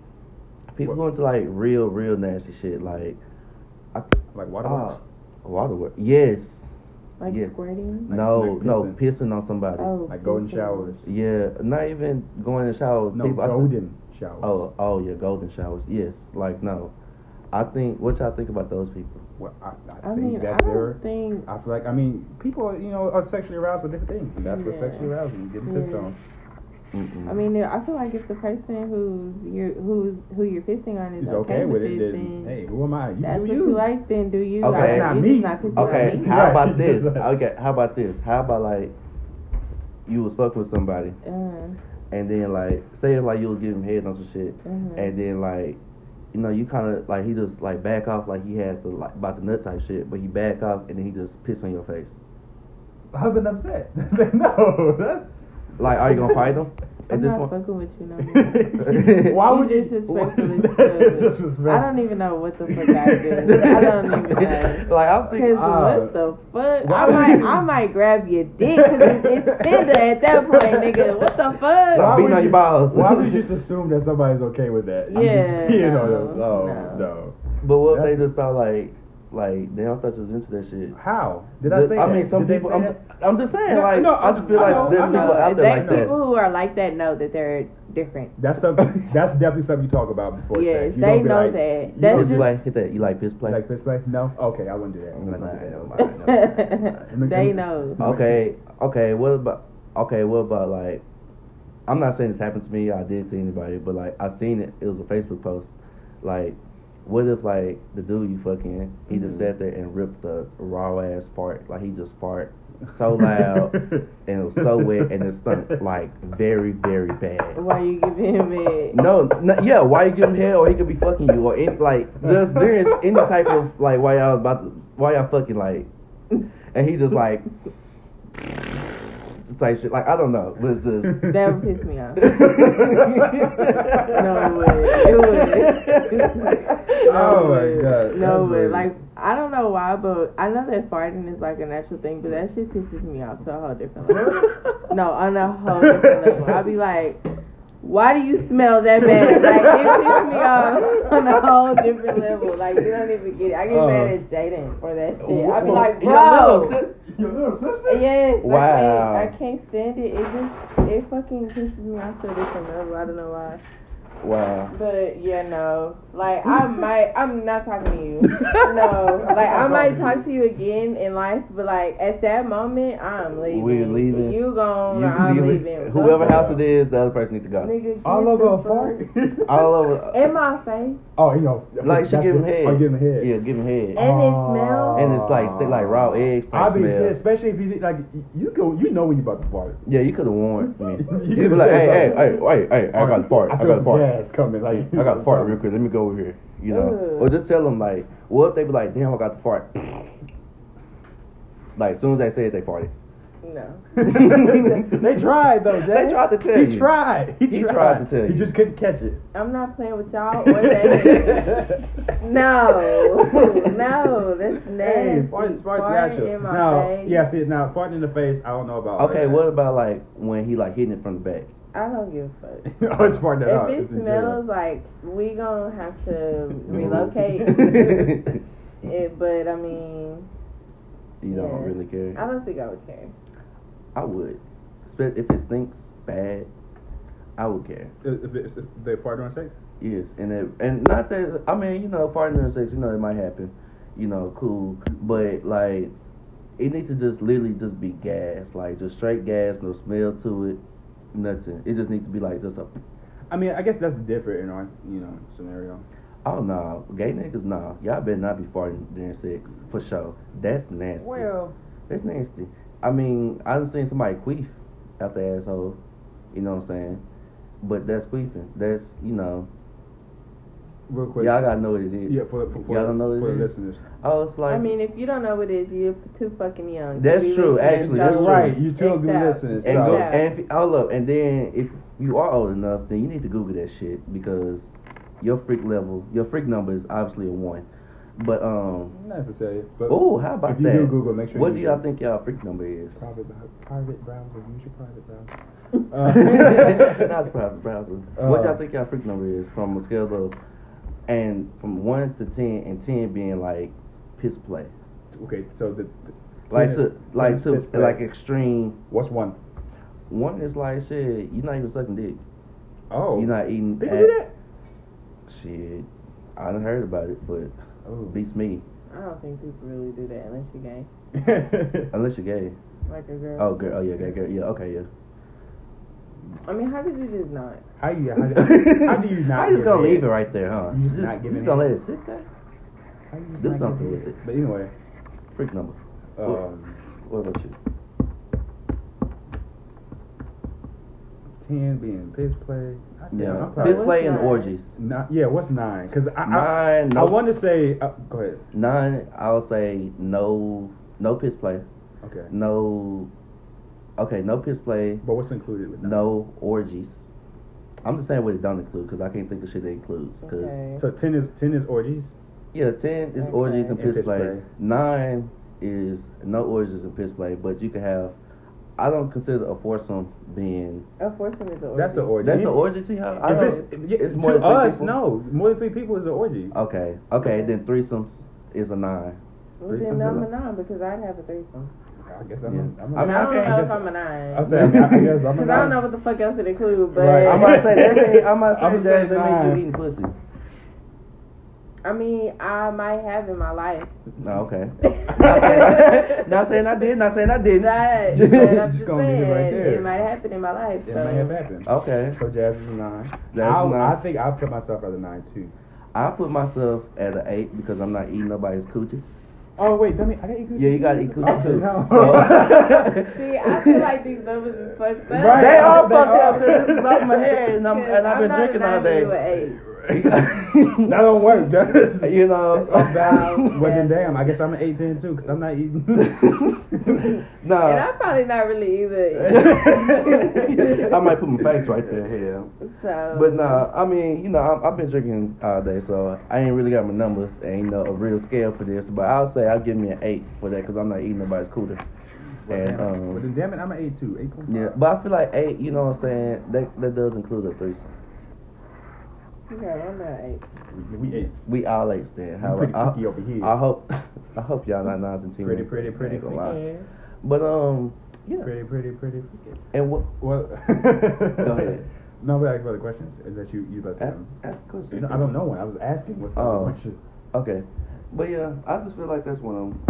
people
What-
going to like real real nasty shit. Like
like
ah,
waterworks.
waterworks. Yes,
Like
Yeah.
squirting?
Like-
no,
like
no, pissing on somebody.
Oh.
Like golden showers.
Yeah, not even going to shower.
No,
People- I see-
golden showers.
Oh, oh yeah, golden showers. Yes, like no. I think what y'all think about those people?
Well, I, I,
I
think
mean, I
that they're.
don't think.
I feel like I mean, people you know are sexually aroused with different things. And that's what
Yeah.
sexually aroused them, getting pissed
Yeah.
on.
Mm-mm.
I mean, I feel like if the person who's you who's who you're pissing on is
He's okay with it. Then
then
hey, who am I? You
that's
do
what
you.
you like. Then do you?
Okay.
Like,
That's
not
you
me.
Just not pissing
Okay,
on me.
how
Right.
about this?
Like-
Okay, how about this? How about like you was fuck with somebody
Uh,
and then like say like you was giving him head on some shit
mhm.
and then like you know you kind of like he just like back off like he had to like about the nut type shit but he back off and then he just piss on your face.
I've been upset. Like, no, that's.
Like are you gonna fight him at
I'm
this
not
point?
fucking with you no more.
Why
You
would you?
disrespectful as
That is
fuck.
disrespectful.
I don't even know what the fuck I do. I don't even know.
like I'm thinking.
Uh,
Cause what the fuck?
why
I
would
might,
you-
I might grab your dick because it's, it's tender at that point, nigga. What the
Stop
Why
fuck?
beating
would
on
you-
your balls.
Why would you just assume that somebody's okay with that? I'm
Yeah,
just, you
no,
know, no,
no.
no.
But what if they
That's-
just thought like, like damn, I thought you was into that shit.
How did
Just-
I say
I
that?
mean, some
Did they
people.
say
I'm,
that?
I'm just saying,
No,
like,
no,
I just feel
I
like
know,
there's
I
people
know.
out there
that
like
people
that.
who are like that know that they're different.
That's something. That's definitely something you talk about before
Yes,
sex. You
they
don't be
know
like,
that.
you
You
That's
just be
just
like, hit that. You like piss play?
Like this place? No. Okay, I wouldn't do that. I
Never
wouldn't do
mind, never
that.
mind, never mind.
they know.
okay, okay. What about? Okay, what about like? I'm not saying this happened to me. I did to anybody, but like I seen it. It was a Facebook post. Like, what if like the dude you fucking, he just
Mhm.
sat there and ripped the raw ass part. Like he just fart so loud and it was so wet and it stunk like very very bad.
Why you giving him it?
No, no, yeah. Why you give him hell, or he could be fucking you, or any, like just there is any type of like why y'all about to, why y'all fucking like, and he just like type shit. Like I don't know, but it's just
That would piss me off.
no
No way. It
wouldn't.
wouldn't.
Oh my
way.
God,
No
that's
way.
weird.
Like I don't know why, but I know that farting is like a natural thing, but that shit pisses me off to a whole different level. No, on a whole different level. I'll be like, why do you smell that bad? Like, it pisses me off on a whole different level. Like, you don't even get it. I get
Uh.
mad at Jaden for that shit. I'll be
Wha-
like,
your little
bro.
sis-
Your little sister.
Yes,
Wow.
I, can't, I can't stand it. It just, it fucking pisses me off to a different level. I don't know why.
Wow.
But yeah, no. Like I might, I'm not talking to you. No, like I might talk to you again in life, but like at that moment, I'm leaving.
We're leaving.
You gone?
You
or I'm
need to-
leaving.
Whoever
Fuck
house
that.
it is, the other person needs to go.
Nigga, get
All
the
over a
fuck
fart.
All over.
in my face,
Oh, you know.
Like she
that's
give him
the-
head.
Oh, give him head.
Yeah, give him head.
and it
Oh.
smells.
And it's like- like raw eggs type
I'll be
smell.
pissed, especially if you like you go, you know when you about to fart.
Yeah, you could have warned me.
You
You'd be
could've
like, hey, hey,
said
hey, hey, hey, I got to fart. I
feel
got to
some
fart.
Gas coming. Like
I got to fart real quick. Let me go over here. You know,
Ugh.
or just tell them like, what if they be like, damn, I got to fart. Like, as soon as they say it, they farted.
No.
they tried though. Jay.
They tried to tell
He
you.
tried. He,
He tried to tell
He
you.
just couldn't catch it.
I'm not playing with y'all or that. No, no, that's
Hey,
nasty.
farting, farting
Farting
natural.
in my
no,
face.
yeah, see, now farting in the face. I don't know
Oh,
about. all
Okay,
that.
what about like when he like hitting it from the back?
I don't give a fuck.
oh, it's farting that out.
If it
It's in
smells like we gonna have to relocate
you
it, but I mean,
don't
Yeah.
really
I
care.
don't think I would care.
I would, Spe- if it stinks bad, I would care.
jail. If- if it- if They fart on sex.
Yes, and it, and not that I mean you know partner and sex you know it might happen, you know cool, but like it needs to just literally just be gas like just straight gas no smell to it, nothing. It just needs to be like just a
I mean, I guess that's different in our you know scenario.
oh no gay niggas no y'all better not be farting during sex for sure. That's nasty. That's nasty. I mean I done seen somebody queef out the asshole, you know what I'm saying, but that's queefing. That's you know
real quick.
y'all gotta know what it is.
yeah, for, for, for,
Y'all don't know what it
for the
is?
listeners.
Oh it's like
I mean, if you don't know what it is, you're too fucking young. to
That's
be
true,
listening,
actually,
so-
that's
You're
true.
right. You still do
Exact.
listening.
And
So
go
Yeah.
and if- hold up, and then if you are old enough, then you need to Google that shit because your freak level, your freak number is obviously a one. But um,
not necessarily. But
oh, how about
if you
that?
do Google, make sure.
what
you
do y'all think y'all freak number is?
Private, br- private browser. Use your private browser.
Not the private browser. what
Uh.
y'all think y'all freak number is from a scale of and from one to ten, and ten being like piss play.
okay, so the,
Like
Yeah.
to like to
Pitch
like
black.
extreme.
What's one?
One is like shit. You're not even sucking dick.
Oh,
You're not eating.
people
at-
do that.
Shit, I done heard about it, but
Oh.
beats me
I don't think people really do that unless you're gay,
Oh.
unless you're gay.
like a girl.
Oh, girl. Oh, yeah, gay girl. Yeah, okay, yeah.
I mean, how could you just not?
how you? How, do- how do you not?
I just
get
gonna
head?
leave it right there, huh?
You just
just,
not
you
giving
just gonna
head?
let it sit there.
How you
Do
not get
something
head?
with it.
But anyway,
Freak number.
um,
What about you?
ten being piss play. I said-
Yeah,
I'm
piss
probably-
play and
What's that?
orgies.
Nine, yeah, what's nine? Because I, I,
Nine.
I
No,
want to say. Uh, go ahead.
nine. I'll say no. No piss play.
Okay.
No. Okay, no piss play.
But what's included with nine?
No orgies. I'm just saying what it don't include because I can't think of shit that includes. Cause
Okay.
So ten is ten is orgies.
yeah, ten is
Okay.
orgies and
And
piss
piss
play.
play.
Nine is no orgies and piss play, but you can have. I don't consider a foursome being.
A foursome is an orgy.
That's an orgy.
That's an
You-
orgy to you? I
If
don't-
it's, yeah,
it's more
more to
than three
us,
people?
no. More than three people is an orgy.
Okay, okay, then threesomes is a nine.
Well,
threesome,
then I'm a nine because I'd have a threesome.
I guess I'm.
Yeah.
A, I'm
I mean,
a,
I, mean,
I
I don't
can't
know
just-
if I'm a nine.
I said, I, I guess I'm a
Cause
nine.
I don't know what the fuck else it includes, but
Right.
I might say that mean, I might say
I'm
that
saying
that mean
nine.
you eating pussy.
I mean, I might have in my life.
No, okay. Not saying, not saying I did. Not saying I didn't.
That,
Just-
just, but I'm
just
just
gonna leave it
saying, it,
right there.
might happen in my life.
It
so.
may have happened.
Okay,
So Jazz is a nine.
Oh. Jazz is
I,
a nine.
I think I put myself at a nine too.
I put myself at an eight because I'm not eating nobody's coochie.
Oh wait, dummy, I gotta eat coochie.
Yeah, you gotta eat coochie too.
Oh, No.
So-
See, I feel like these numbers is fucked up.
Right.
They all
They
fucked up
are.
because this is off my head and I'm and I've
I'm
been
not
drinking
a
all
nine,
day.
you an eight.
that don't work. That is,
you know,
that's off balance.
Wow.
Well then, damn, I guess I'm an eight ten too because I'm not eating.
And
no.
I'm probably not really either.
I might put my face right there. Yeah.
So,
But nah, I mean, you know, I, I've been drinking all day, so I ain't really got my numbers and you know a real scale for this. But I'll say I'll give me an eight for that because I'm not eating nobody's cooler. And
but
um,
then, damn it, I'm an eight two, eight point five.
yeah, but I feel like eight. You know what I'm saying? That that does include a threesome.
Yeah, I'm not an eight.
we eights.
We all eights then.
I'm
However,
pretty
I,
freaky over here.
I hope I hope y'all not nines and tens.
Pretty, pretty, pretty,
Ain't gonna lie. But um, yeah.
pretty, pretty, pretty, freaky.
And what?
Well,
Go ahead.
No, but ask about the questions. Is that you? You about to?
Ask,
Um,
ask a
you
question.
know, I don't know one. I was asking what's the
Oh.
other question.
Okay, but yeah, I just feel like that's one of them.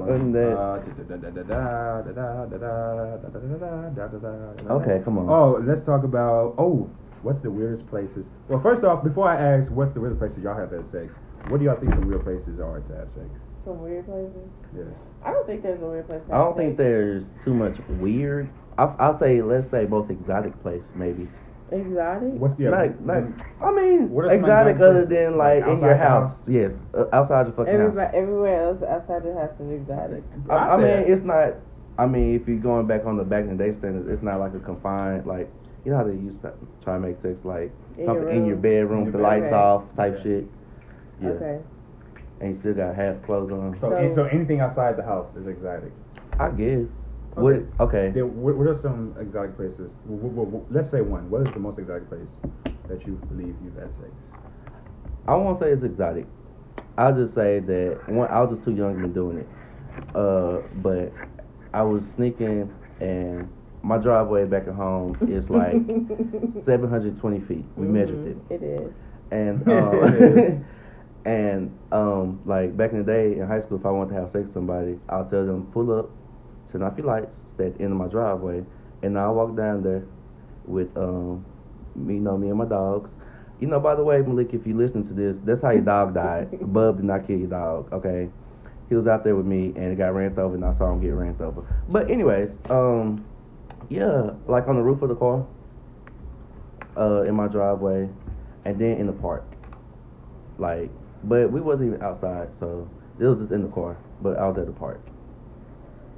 And that-
Uh, da- da- da- da- da- da- da- da- da- da- da- da- da- da- da- da- da-
Okay, come on.
Oh, let's talk about. Oh, what's the weirdest places? Well, first off, before I ask, what's the weirdest places y'all have had sex? What do y'all think some real places are to have sex?
Some weird places.
Yes.
I don't think there's a weird place.
I don't think there's too much weird. I, I'll say, let's say, most exotic place, maybe.
exotic.
What's the
Like, like, I mean,
What are some
exotic
exotic
other
places?
than like in
Outside
your
the house?
house. Yes, uh, outside your fucking house.
Everybody, everywhere else outside the house is exotic.
I, I mean, it's not. I mean, if you're going back on the back in the day standards, it's not like a confined like. You know how they used to try to make sex like
In
something
your
in your
room.
bedroom, with the
Your
lights
bedroom.
off type
Yeah.
shit. Yeah,
Okay.
and you still got half clothes on.
so,
so-
and so anything outside the house is exotic.
I guess. What? Okay.
Then what, what are some exotic places? W- w- w- let's say one. What is the most exotic place that you believe you've had sex?
I won't say it's exotic. I'll just say that one, I was just too young to be doing it. Uh, but I was sneaking, and my driveway back at home is like 720 feet. We
Mm-hmm.
measured it,
It is.
and
Yes.
um, and um, like back in the day in high school, if I wanted to have sex with somebody, I'll tell them pull up, turn off your lights, stay at the end of my driveway, and I'll walk down there with um, me, you know, me and my dogs. You know, by the way, Malik, if you listen to this, that's how your dog died. Bub did not kill your dog, okay? He was out there with me and it got ran over and I saw him get ran over. But anyways, um yeah, like on the roof of the car, uh, in my driveway, and then in the park. Like, but we wasn't even outside, so it was just in the car. But I was at the park.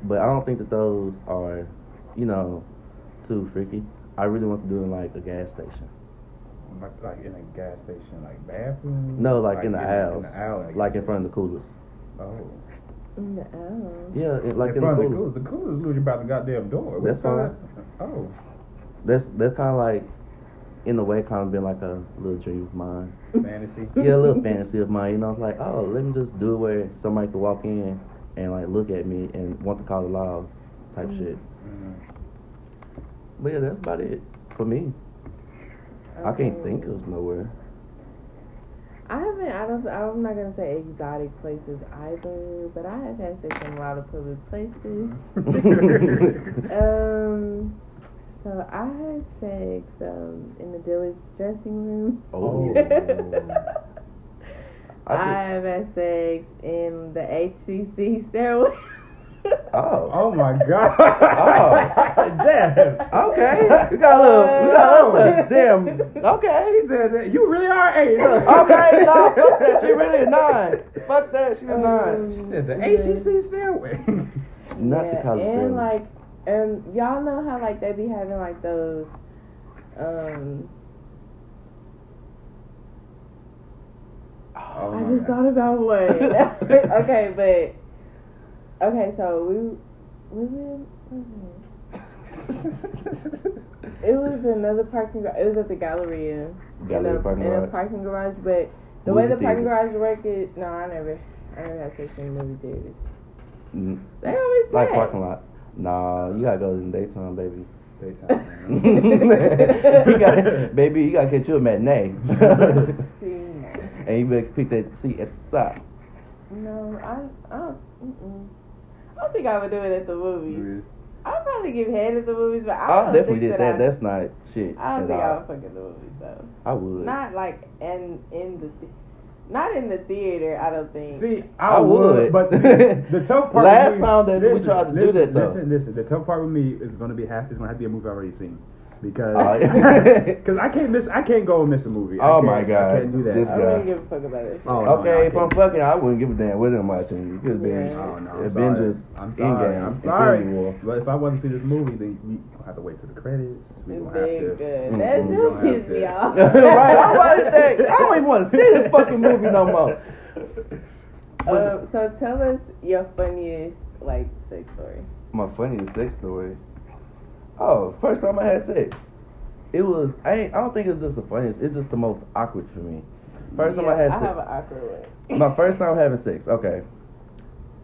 But I don't think that those are, you know, too freaky. I really want to do it in like a gas station.
Like, like in a gas station, like bathroom?
No, like, in the
house,
aisles, like in front of the coolers.
Oh.
Mm, No.
Yeah, it, like in,
in, front
the coolers.
of the coolers. The coolers lose you by the goddamn door. What
That's
kind of- Oh.
That's that's kind of like, in a way, kind of been like a little dream of mine.
Oh, Fantasy.
yeah, a little fantasy of mine. You know, I was like, oh, let me just do it where somebody could walk in and and like look at me and want to call the laws type
Mm.
shit.
Mm.
But yeah, that's about it for me. I can't think of nowhere.
I haven't. I don't. I'm not gonna say exotic places either, but I have had sex in a lot of public places. Um, so I had sex um in the village dressing room.
oh, I
I've had sex in the HCC stairway.
did- oh,
Oh my god.
Oh.
Jeff.
okay. We got a little, we got us a damn. Okay.
He said that you really are eight. huh?
Okay, no, fuck that. She really a nine. Fuck that. She a nine.
She
Um,
said the
yeah.
ACC stairway.
Not
yeah,
the college
and
student.
like, um, y'all know how like they be having like those, um.
Oh,
I
my
just
God.
thought about one. okay, but okay, so we was it. was it- It was another parking. gar- It was at the Galleria. in
Gallery
a,
parking
in a
garage.
parking garage, but the
Movie
way the parking
theaters.
garage work is no, I never, I never had sex in movie theaters.
Mm,
They always
Like
packed.
parking lot. Nah, you gotta go in the daytime, baby.
Daytime, man.
you gotta, baby, you gotta catch you a matinee.
See,
and you better pick that seat at the top.
no, I, I don't. Mm-mm. I don't think I would do it at the movies. I'd probably give head at the movies, but I,
I,
don't
definitely
think
did
that.
that.
I,
That's not shit
I don't
at
think I
all.
would fuck at the movies though.
I would.
Not like in in the, th- not in the theater. I don't think.
See, I, would, but the, the tough part.
Last
with me,
time that we tried to do
listen,
that, though.
Listen, listen. The tough part with me is going to be half. It's going to have to be a movie I've already seen because
Oh, yeah.
because I can't miss. I can't go and miss a movie. I
Oh,
can't-
my God.
I can't do that.
This
I
guy.
wouldn't give a fuck about that shit.
Oh, no,
okay,
no, I
if I'm
can't.
fucking, I wouldn't give a damn. What am I watching? It could have been
Yeah.
Oh no, I'm
Avengers
sorry. I'm sorry.
Endgame.
I'm sorry.
Infinity War.
But if I want to see this movie, then we gonna have to wait for the credits. We
It's
gonna have
big
to.
good.
Mm,
That
mm,
don't
do
have
piss me
to.
off.
right, I'm about to think. I don't even want to see this fucking movie no more.
Um, so tell us your funniest like sex story.
My funniest sex story. Oh, first time I had sex. It was I. Ain't, I don't think it's just the funniest. It's just the most awkward for me. First time I
Yeah,
had
I
sex.
have an awkward one.
my first time having sex. Okay.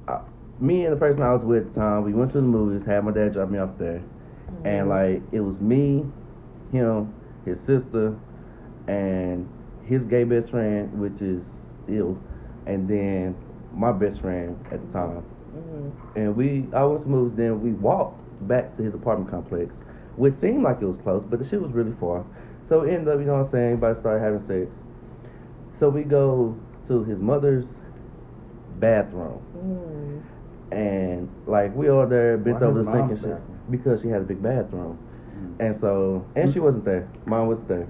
I, me and the person I was with at the time, we went to the movies, had my dad drop me off there.
Mm-hmm.
And like it was me, him, his sister, and his gay best friend, which is ill, and then my best friend at the time.
Mhm.
And we I went to movies, then we walked back to his apartment complex, which seemed like it was close, but the shit was really far. So it ended up, you know what I'm saying, everybody started having sex. So we go to his mother's bathroom
Mm.
and like we all there bent
Why
over
his
the sink
mom's
and shit
bathroom?
because she had a big bathroom,
Mm.
and so and she wasn't there. Mom wasn't there,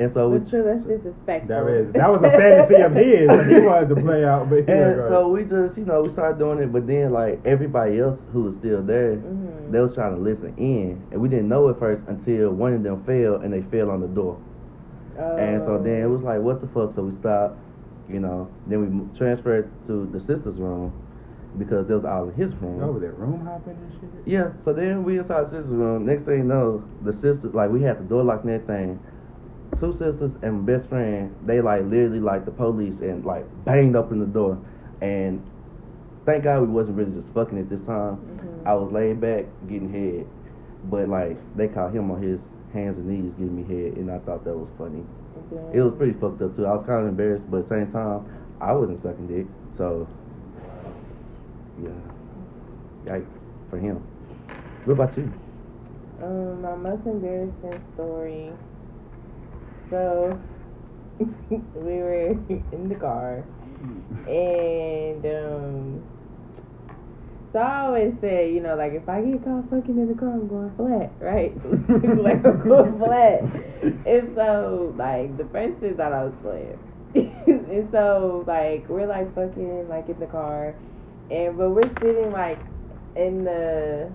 and so we
But sure, that's disrespectful.
That is that was a fantasy of his. that he wanted to play out, but he
and
was
so we just you know we started doing it, but then like everybody else who was still there,
Mhm.
they was trying to listen in, and we didn't know at first until one of them fell and they fell on the door, and so
Um,
then it was like what the fuck, so we stopped, you know, then we mo- transferred to the sister's room because they was all in his room.
like, over there room hopping and shit.
Yeah, so then we inside sister's room. Next thing you know, the sisters like we had the door locked and everything. Two sisters and my best friend, they like literally like the police and like banged open the door. And thank God we wasn't really just fucking at this time.
Mhm.
I was laid back getting head, but like they caught him on his hands and knees giving me head, and I thought that was funny.
Then-
It was pretty fucked up too. I was kind of embarrassed, but at the same time, I wasn't sucking dick, so yeah, yikes for him. What about you?
Um, my most embarrassing story. So we were in the car, and um, so I always say, you know, like if I get caught fucking in the car, I'm going flat, right? like I'm going flat. And so, like the first thing that I was playing, and so like we're like fucking like in the car, and but we're sitting like in the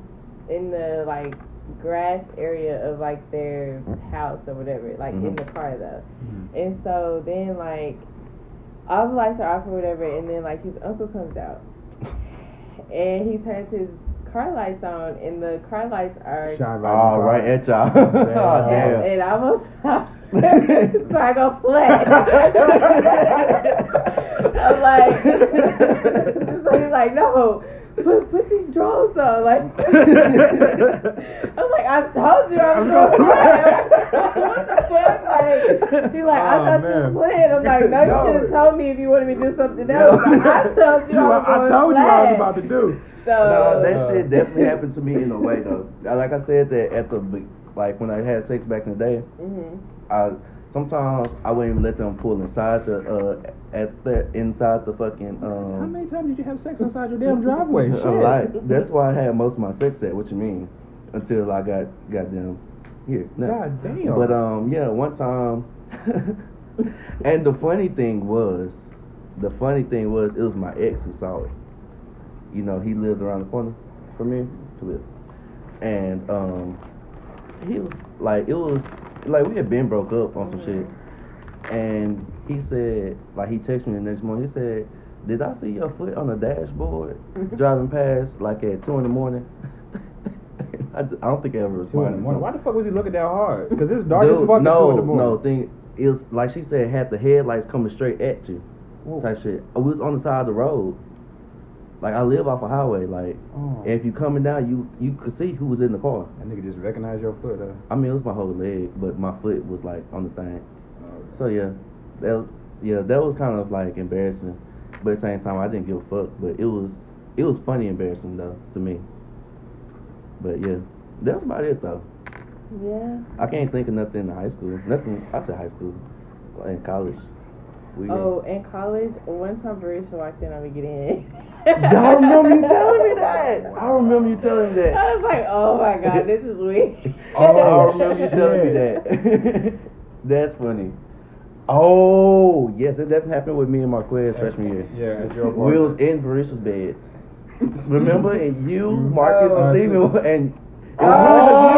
in the like grass area of like their house or whatever, like in
Mhm.
the car though. And so then like all the lights are off or whatever, and then like his uncle comes out, and he turns his car lights on, and the car lights are
Shine right.
All right, at y'all. oh,
and,
damn.
Yeah.
and I'm on top. so I go flat. I'm like, so He's like, no, put, put these drawers on. Like, I was like, I told you I was going to What the fuck? Like, he's like, I
Aw,
thought you
man.
was playing. I'm like, no, you
No.
should have told me if you wanted me to do something else. Like, I told you I was
I
going
told you what I was
flag.
about to do.
No,
So,
that
Uh,
shit definitely happened to me in a way though. Like I said that at the be- like when I had sex back in the day,
mhm.
I sometimes I wouldn't even let them pull inside the uh at the inside the fucking
How
um
many times did you have sex inside your damn driveway?
a
Shit.
lot. That's why I had most of my sex at. What you mean? Until I got goddamn here. No.
God damn.
But um, yeah, one time, and the funny thing was, the funny thing was, it was my ex who saw it. You know, he lived around the corner from me to live, and um, he was like, it was like we had been broke up on some shit, and he said, like, he texted me the next morning. He said, "Did I see your foot on the dashboard driving past like at two in the morning?" I, I don't think I ever responded.
Two in the
to
morning.
him.
Why the fuck was he looking that hard? Because it's dark as
Dude,
fuck at
no,
two in the morning.
No, thing it was like she said, had the headlights coming straight at you,
Whoa.
type shit. We was on the side of the road. Like I live off a highway. Like
Oh.
if you coming down, you you could see who was in the car.
That nigga just recognized your foot, huh?
I mean, it was my whole leg, but my foot was like on the thing. So yeah, that was- yeah that was kind of like embarrassing, but at the same time I didn't give a fuck. But it was it was funny embarrassing though to me. But yeah, that was about it though.
yeah.
I can't think of nothing in high school. Nothing. I said high school, Well, in college. We
Oh, in college, one time Barisha walked in on me getting in.
Y'all remember you telling me that? I remember you telling me that.
I was like, oh my god, this is weird.
Oh, I remember you telling me
shit.
that. That's funny. Oh yes, it definitely happened with me and Marquez freshman year.
Yeah, at your
We was
apartment.
in Barisha's bed. Remember, and you, Marcus,
Oh,
and
shit.
Steven, were- and it was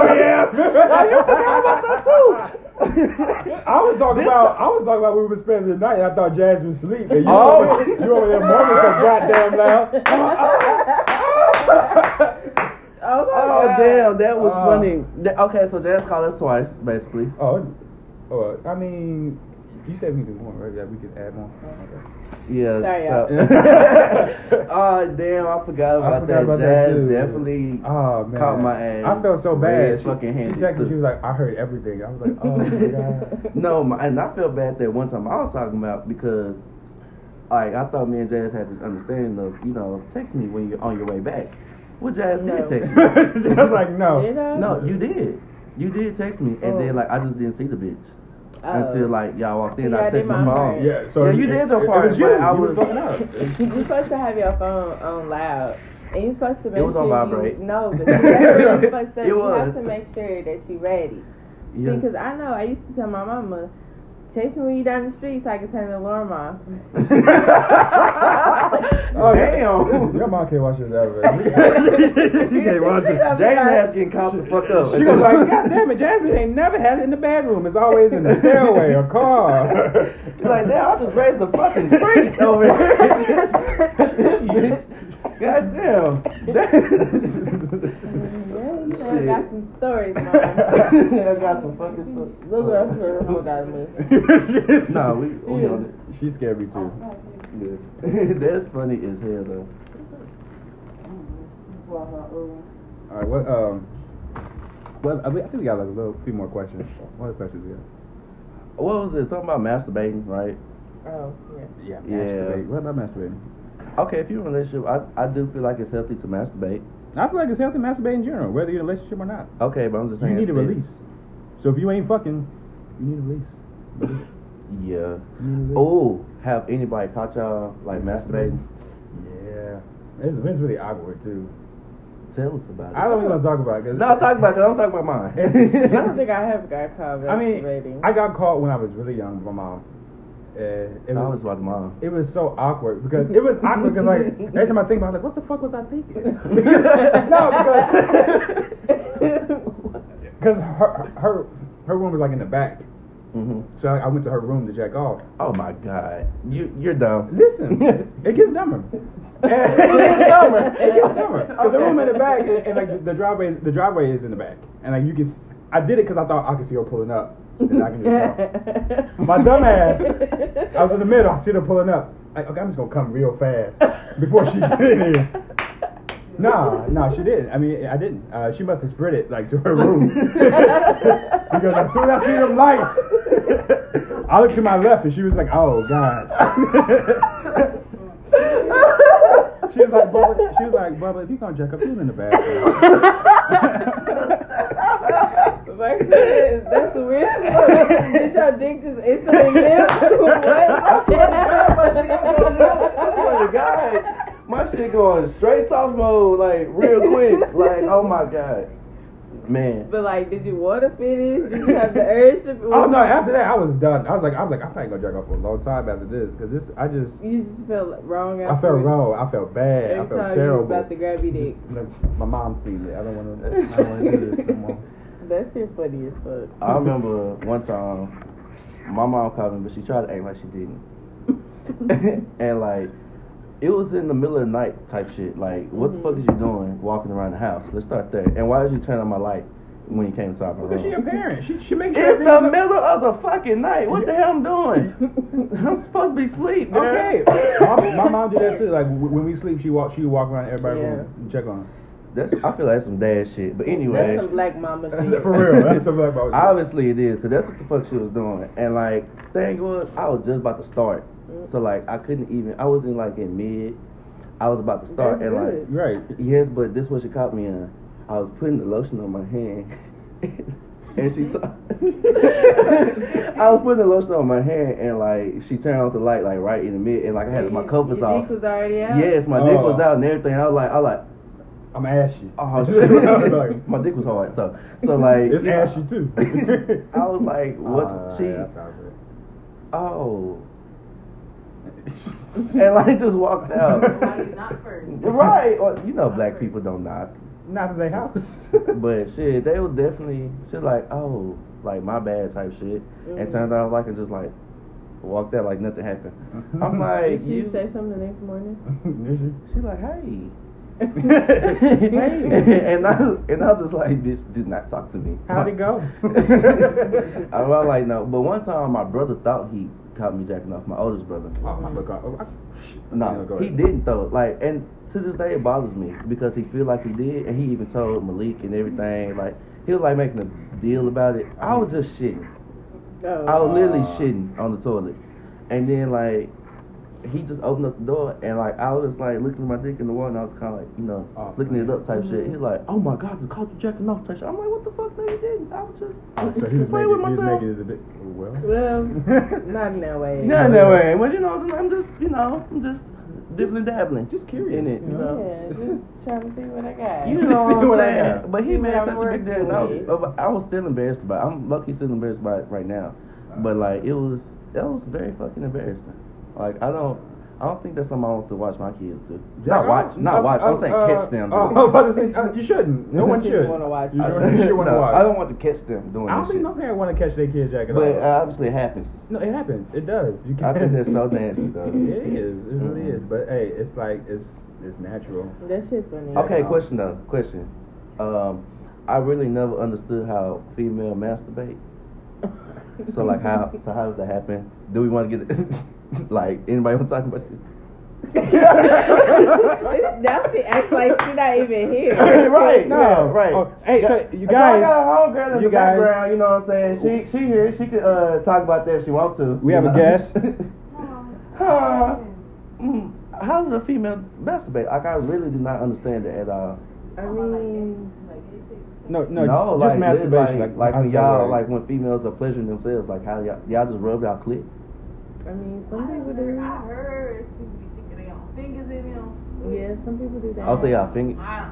Oh,
really-
yeah.
Oh, you forgot about that too.
I was talking
This
about I was talking about we were spending the night. and I thought Jazz was asleep, and you
Oh.
over there- you over there moaning so goddamn loud. I'm like, "Ah,
Oh, my
Oh
god.
damn, that was
Uh.
funny. Th- okay, so Jazz called us twice, basically.
ah." oh, oh, I mean, you said we could more, right? Yeah, we could add more. Okay.
Yeah.
Sorry,
so- oh damn, I forgot about
I forgot
that.
about that
Jazz
too.
definitely.
Oh man,
Caught my ass
I felt so
red
bad. She,
fucking handed,
she texted.
too.
me, She was like, "I heard everything." I was like, "Oh my god."
no, my, and I felt bad that one time I was talking about because, like, I thought me and Jazz had this understanding of you know text me when you're on your way back. Well, Jazz
No.
did text me.
she was like,
Did
"No."
I?
No, you did. You did text me, and
Oh.
then like I just didn't see the bitch
Oh.
until like y'all walked in.
Yeah, I
I
did
texted my
my
mom.
part.
Yeah, so
Yeah,
it-
you did your
it- it
part,
was you.
but I
You
was-
was fucking up.
You're supposed to have your phone on loud. And you're supposed to make
was
sure
on
you
vibrate.
no, but that's really fucked up.
It
You
was.
have to make sure that you're ready. See, 'cause
Yeah.
because I know I used to tell my mama, text me when you down the street so I can turn the alarm off.
Oh,
Damn.
Your mom can't watch this ever. she can't watch it.
Jane ass getting copped the fuck up.
She was like, God damn it, Jasmine ain't never had it in the bedroom. It's always in the stairway or car.
You're like, damn, I just raised the fucking freak over here. This bitch. God damn.
Yeah, you know, I
Shit.
got some stories, mama.
I got some fucking stuff.
Look up here, oh God, man.
Nah, we, we on it.
She scared me too.
Yeah. That's funny as hell though.
All right, what um, well, I, mean, I think we got like a little few more questions. What other questions we got?
What was it? Something about masturbating, right?
Oh, yeah.
Yeah,
masturbate.
What about masturbating?
Okay, if you're in a relationship, I, I do feel like it's healthy to masturbate.
I feel like it's healthy to masturbate in general, whether you're in a relationship or not.
Okay, but I'm just
You
saying.
need a
still-
release. So if you ain't fucking, you need a release.
Yeah.
You need a release.
Oh, have anybody caught y'all like masturbating?
Yeah. It's, it's really awkward too.
Tell us about it.
I don't even want to talk about it. 'cause-
No, I'm talking about. i I'm talking about mine.
I don't think I have got caught
I mean,
masturbating.
I got caught when I was really young by my mom. Uh,
I
it, was,
was about mine.
it was so awkward because it was awkward because like every time I think about it, I was like, what the fuck was I thinking? no, because cause her, her her room was like in the back,
hmm
so I, I went to her room to jack off.
Oh my god, you you're dumb.
Listen, it gets dumber. it gets dumber. It gets dumber. Cause the room in the back and, and like the, the driveway, is, the driveway is in the back, and like you can. s- I did it because I thought I could see her pulling up, and I can just go. My dumb ass. I was in the middle. I see her pulling up. Like, okay, I'm just gonna come real fast before she get in here. Nah, nah, she didn't. I mean, I didn't. Uh, she must have sprinted like to her room because as soon as I see them lights, I looked to my left and she was like, "Oh God." she was like, "Bubba," she was like, "Bubba, if you gonna jack up, you in the bathroom."
Like, that's the weirdest one. Did y'all dick just instantly live? what?
That's what I got. I swear to God. My shit going straight soft mode, like real quick. Like, oh my God. Man.
But like, did you want to finish? Did you have the urge to?
Oh no! After that, I was done. I was like, I was like, I'm not gonna jack off for a long time after this because this, I just,
You just felt wrong.
I felt
afterwards.
wrong. I felt bad.
Every
I felt
time
terrible.
you was about to grab your dick.
Just, like, my mom sees it. I don't want to. I don't want to do this no more.
That shit funny as fuck.
I remember one time my mom called me, but she tried to act like she didn't. and like it was in the middle of the night type shit. Like, what the fuck is you doing walking around the house? Let's start there. And why did you turn on my light when you came inside my
Because she a
room?
parent. She she makes sure
It's the
everything's-
middle of the fucking night. What the hell I'm doing? I'm supposed to be asleep. girl.
Okay. my, my mom did that too. Like w- when we sleep, she walk she would walk around everybody's
Yeah.
room and check on. us.
That's I feel like that's some dad shit. But
That's
anyways,
some black mama
That's
shit.
it for real. That's what black mom.
Obviously it is, cause that's what the fuck she was doing. And like, thing was, I was just about to start, so like, I couldn't even. I wasn't like in mid. I was about to start,
That's
and like,
good.
Right.
yes, but this what she caught me in. I was putting the lotion on my hand, and she saw. I was putting the lotion on my hand, and like, she turned off the light like right in the mid, and like, I had my covers
Your
off.
dick was already out.
Yes, my dick was
Oh.
out and everything. I was like, I was like,
I'm ashy.
oh
Like,
shit, my dick was hard though. So like,
it's
you know,
ashy too.
I was like, what?
Ah,
she,
yeah, that's how it
oh,
is.
and like just walked out.
Why you not first?
right, or, you know, black people don't knock,
Not to their house.
but shit, they was definitely shit like, oh, like my bad type shit,
Mm-hmm.
and turned out like and just like walked out like nothing happened. I'm like,
Did she
you,
say something the next morning?
she like, hey.
Hey.
and I and I was like, bitch, did not talk to me.
How'd it go?
I was like, no. But one time, my brother thought he caught me jacking off. My oldest brother.
Oh, my God. Oh, I- Yeah,
No,
go
he
ahead.
didn't though. Like, and to this day, it bothers me because he feel like he did, and he even told Malik and everything. Like, he was like making a deal about it. I was just shitting.
No.
I was literally
Aw.
shitting on the toilet, and then like, he just opened up the door, and like I was like looking at my dick in the wall, and I was kind of like, you know,
Aw,
looking it
Oh, man.
up type shit. He's like, oh my god, the caught you jacking off type shit. I'm like, what the fuck? No, you didn't. I was just
Oh, so he was
playing
making,
with
he was
myself.
making it a bit. Well.
Well, not in that way.
No, no way. Well, you know, I'm just, you know, I'm just dibbling dabbling. Just
curious,
In it,
you
you
know?
know.
Yeah, just trying to see what I got.
You know
See
what
what I
I'm saying?
got.
But he
See
made
what
such
I'm
a big deal. And I
working
was, I was still embarrassed about it. I'm lucky still embarrassed about it right now. But like it was, that was very fucking embarrassing. Like I don't, I don't think that's something I want to watch my kids do. Not watch, not watch. I'm saying catch them.
Oh,
doing
I
it.
was about to say, uh, you shouldn't. No one
You
should.
wanna watch.
You
I-
sure, you sure want to
no,
watch.
I don't want to catch them doing
I don't
this
think
shit.
no parent want to catch their kid jacking
But
off.
it obviously happens.
no, it happens. It does. You
I
can.
think that's so nasty though.
It is. It really
Mhm.
is. But hey, it's like it's it's natural.
That shit funny.
Okay,
no.
question though. Question. Um, I really never understood how female masturbate. So like how so how does that happen? Do we want to get it? like anybody want to talk about this?
now she acts like she not even here.
right.
No,
yeah, right.
oh, hey, so you
So I
guys-
got a whole girl in
you
the
guys-
background. You know what I'm saying? She she here. She could uh, talk about that if she wants to.
We
you
have a
know?
guest.
Huh. Mm, how does a female masturbate? Like I really do not understand it at all.
I mean,
No, no,
like,
just masturbation.
Like, like, when
I-
y'all like when females are pleasuring themselves. Like how y'all, y'all just rub y'all clit.
I mean,
I
some people
heard, I
do.
heard people be sticking their own fingers in them.
Yeah, some people do that.
I'll say y'all finger.
I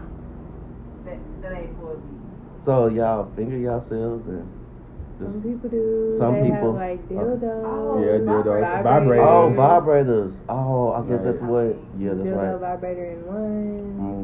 don't- That, that ain't for me.
So y'all finger yourselves and
Some
just
people do.
Some
they
people-
have like
okay.
dildos.
Yeah, dildos, vibrators.
oh vibrators. Oh, I guess
Right.
that's what. Yeah, that's
Dildo
right.
vibrator in one.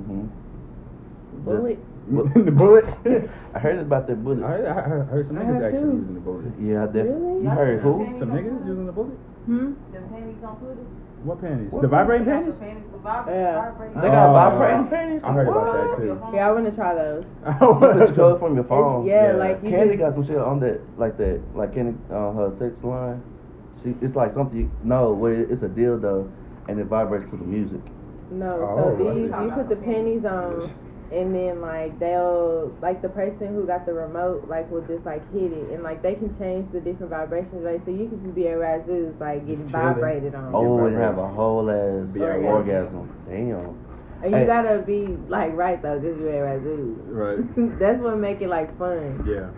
Mm-hmm.
Bullet.
Well-
the bullets.
I heard about that
I,
bullet.
heard- I heard, I heard some
I
niggas
heard
actually
too.
using the bullet.
Yeah, I definitely.
Really?
You heard who?
Some niggas using the bullet.
Hmm.
Them panties on Twitter.
What panties?
What
The vibrating
They got the
panties?
panties, the vibra-
Yeah.
vibrating-
They got
Oh.
vibrating panties.
I heard about
What?
that too.
Yeah, I want to try those.
You can control it from your phone.
It's- yeah, like you
Candy
just-
got some shit on that, like that, like Candy on her sex line. She, it's like something. You, no, where it's a dildo, and it vibrates to the music.
No,
Oh,
so
I
these
see.
you put the panties on, and then like they'll like the person who got the remote like will just like hit it, and like they can change the different vibrations, right? So you can just be at Razoo's like getting
Just chilling.
vibrated on,
Oh, and
vibrating.
have a whole ass
Be
orgasm.
an
Damn.
and you
hey.
gotta be like right though, cause you're at Razoo's.
Right.
That's what make it like fun.
Yeah.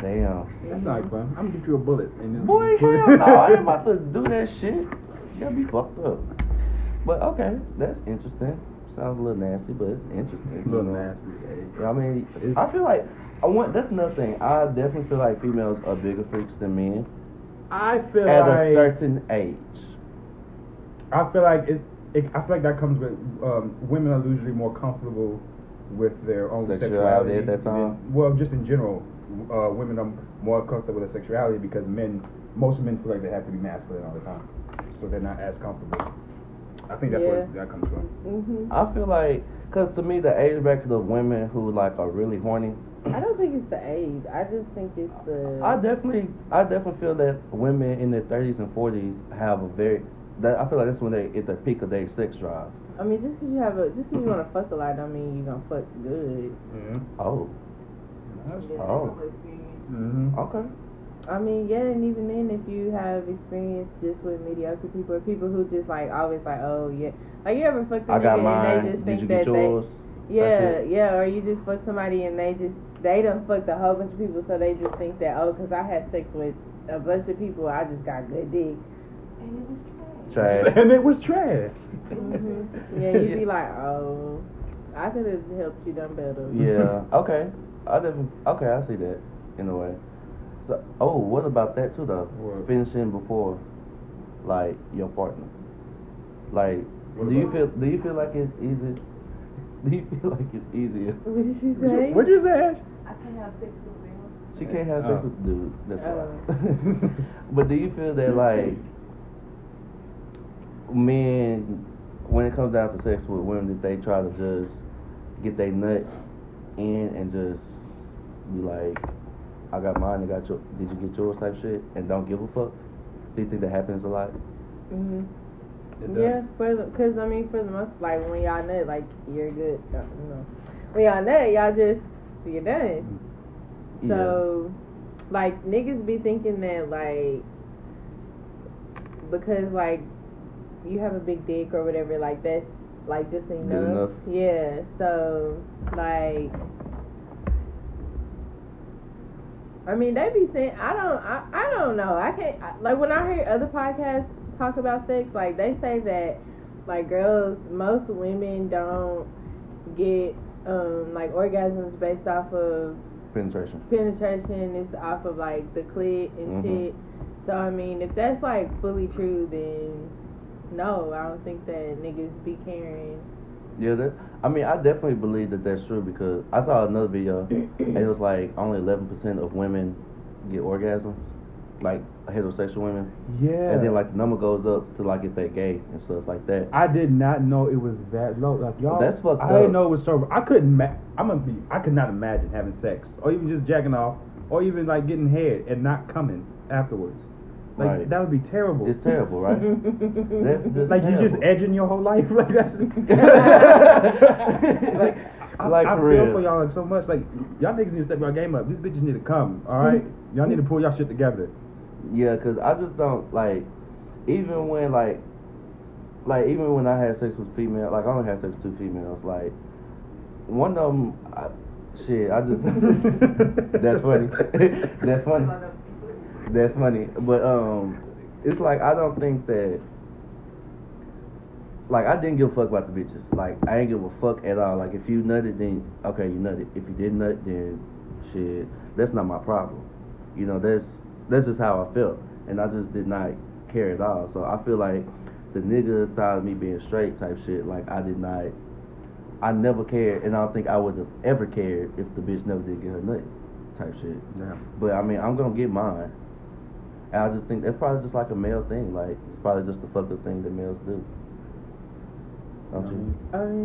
Damn.
That's not fun. I'm gonna get you a bullet. And then
Boy, hell no. I ain't about to do that shit. You gotta be fucked up. But okay, that's interesting. Sounds a little nasty, but it's interesting. you know?
Little nasty. hey.
Yeah, I mean,
It's-
I feel like I want. That's another thing. I definitely feel like females are bigger freaks than men
I feel
at
like
a certain age.
I feel like it, it. I feel like that comes with um, women are usually more comfortable with their own
Sexuality
sexuality.
at that time?
than- well, just in general, uh, women are more comfortable with their sexuality because men, most men feel like they have to be masculine all the time, so they're not as comfortable. I think that's where
Yeah.
that comes from.
hmm
I feel like, cause to me, the age bracket of women who like are really horny.
I don't think it's the age. I just think it's the.
I definitely, I definitely feel that women in their thirties and forties have a very. That I feel like that's when they at the peak of their sex drive.
I mean, just 'cause you have a, just 'cause you want to fuck a lot, don't mean you gonna fuck good.
Mm-hmm.
Oh,
Yeah,
Oh.
that's what they see.
Mm-hmm.
okay.
I mean, yeah, and even then, if you have experience just with mediocre people, or people who just like always like, oh yeah, like you ever fucked a
I got
nigga and they
mine.
just
Did you
think
get
that
yours?
they, yeah,
it.
yeah, or you just fuck somebody and they just they done fucked a whole bunch of people, so they just think that oh, 'cause I had sex with a bunch of people, I just got good dick.
And it was trash.
Trash.
and it was trash.
hmm Yeah, you be like, oh, I could have helped you done better.
Yeah. Okay. I didn't. Okay, I see that in a way. So, oh, what about that too though?
What?
Finishing before, like your partner. Like,
What
do you
about-
feel? Do you feel like it's easy? Do you feel like it's easier?
What did she
What'd
say?
you, what'd you say? Ash?
I can't have sex with them.
She can't have sex
Oh.
with the dude. That's
Oh.
why. but do you feel that like men, when it comes down to sex with women, that they try to just get their nut in and just be like, I got mine, I got your, did you get yours type shit, and don't give a fuck? Do you think that happens a lot?
hmm
It does.
Yeah, for the, cause I mean, for the most, like when y'all nut, like you're good. uh, You know, when y'all nut, y'all just you're done. So, like niggas be thinking that like because like you have a big dick or whatever, like that's like just enough.
enough.
Yeah. So like. I mean, they be saying I don't, I, I don't know. I can't I, like when I hear other podcasts talk about sex, like they say that like girls, most women don't get um like orgasms based off of
penetration.
penetration is off of like the clit
Mhm.
and shit. So I mean, if that's like fully true, then no, I don't think that niggas be caring.
Yeah, that. I mean, I definitely believe that that's true because I saw another video and it was like only eleven percent of women get orgasms, like heterosexual women,
Yeah.
and then like the number goes up to like if they're gay and stuff like that.
I did not know it was that low. Like y'all,
That's fucked
I didn't
up.
know it was so. I couldn't. Ma- I'm gonna be. I could not imagine having sex, or even just jacking off, or even like getting head and not coming afterwards. Like
Right.
that would be terrible.
It's terrible, right? that's just
Mm-hmm. like you just
terrible.
edging your whole life. Like that's. like, I,
Like,
I
for
feel
real.
for y'all like so much. Like y'all niggas need to step your game up. These bitches need to come. All right, y'all need to pull y'all shit together.
Yeah, cause I just don't like, even when like, like even when I had sex with female, like I only had sex with two females. Like one of them, I, shit, I just that's funny. that's funny.
A lot of people.
That's funny. But um it's like I don't think that like I didn't give a fuck about the bitches. Like I ain't give a fuck at all. Like if you nutted then okay, you nutted. If you didn't nut then shit, that's not my problem. You know, that's that's just how I felt. And I just did not care at all. So I feel like the nigga side of me being straight type shit, like I did not I never cared and I don't think I would have ever cared if the bitch never did get her nut type shit.
Yeah.
But I mean, I'm gonna get mine. And I just think that's probably just like a male
Mm-hmm.
thing. Like it's probably just the fucked up thing that males do. Don't you?
I mean,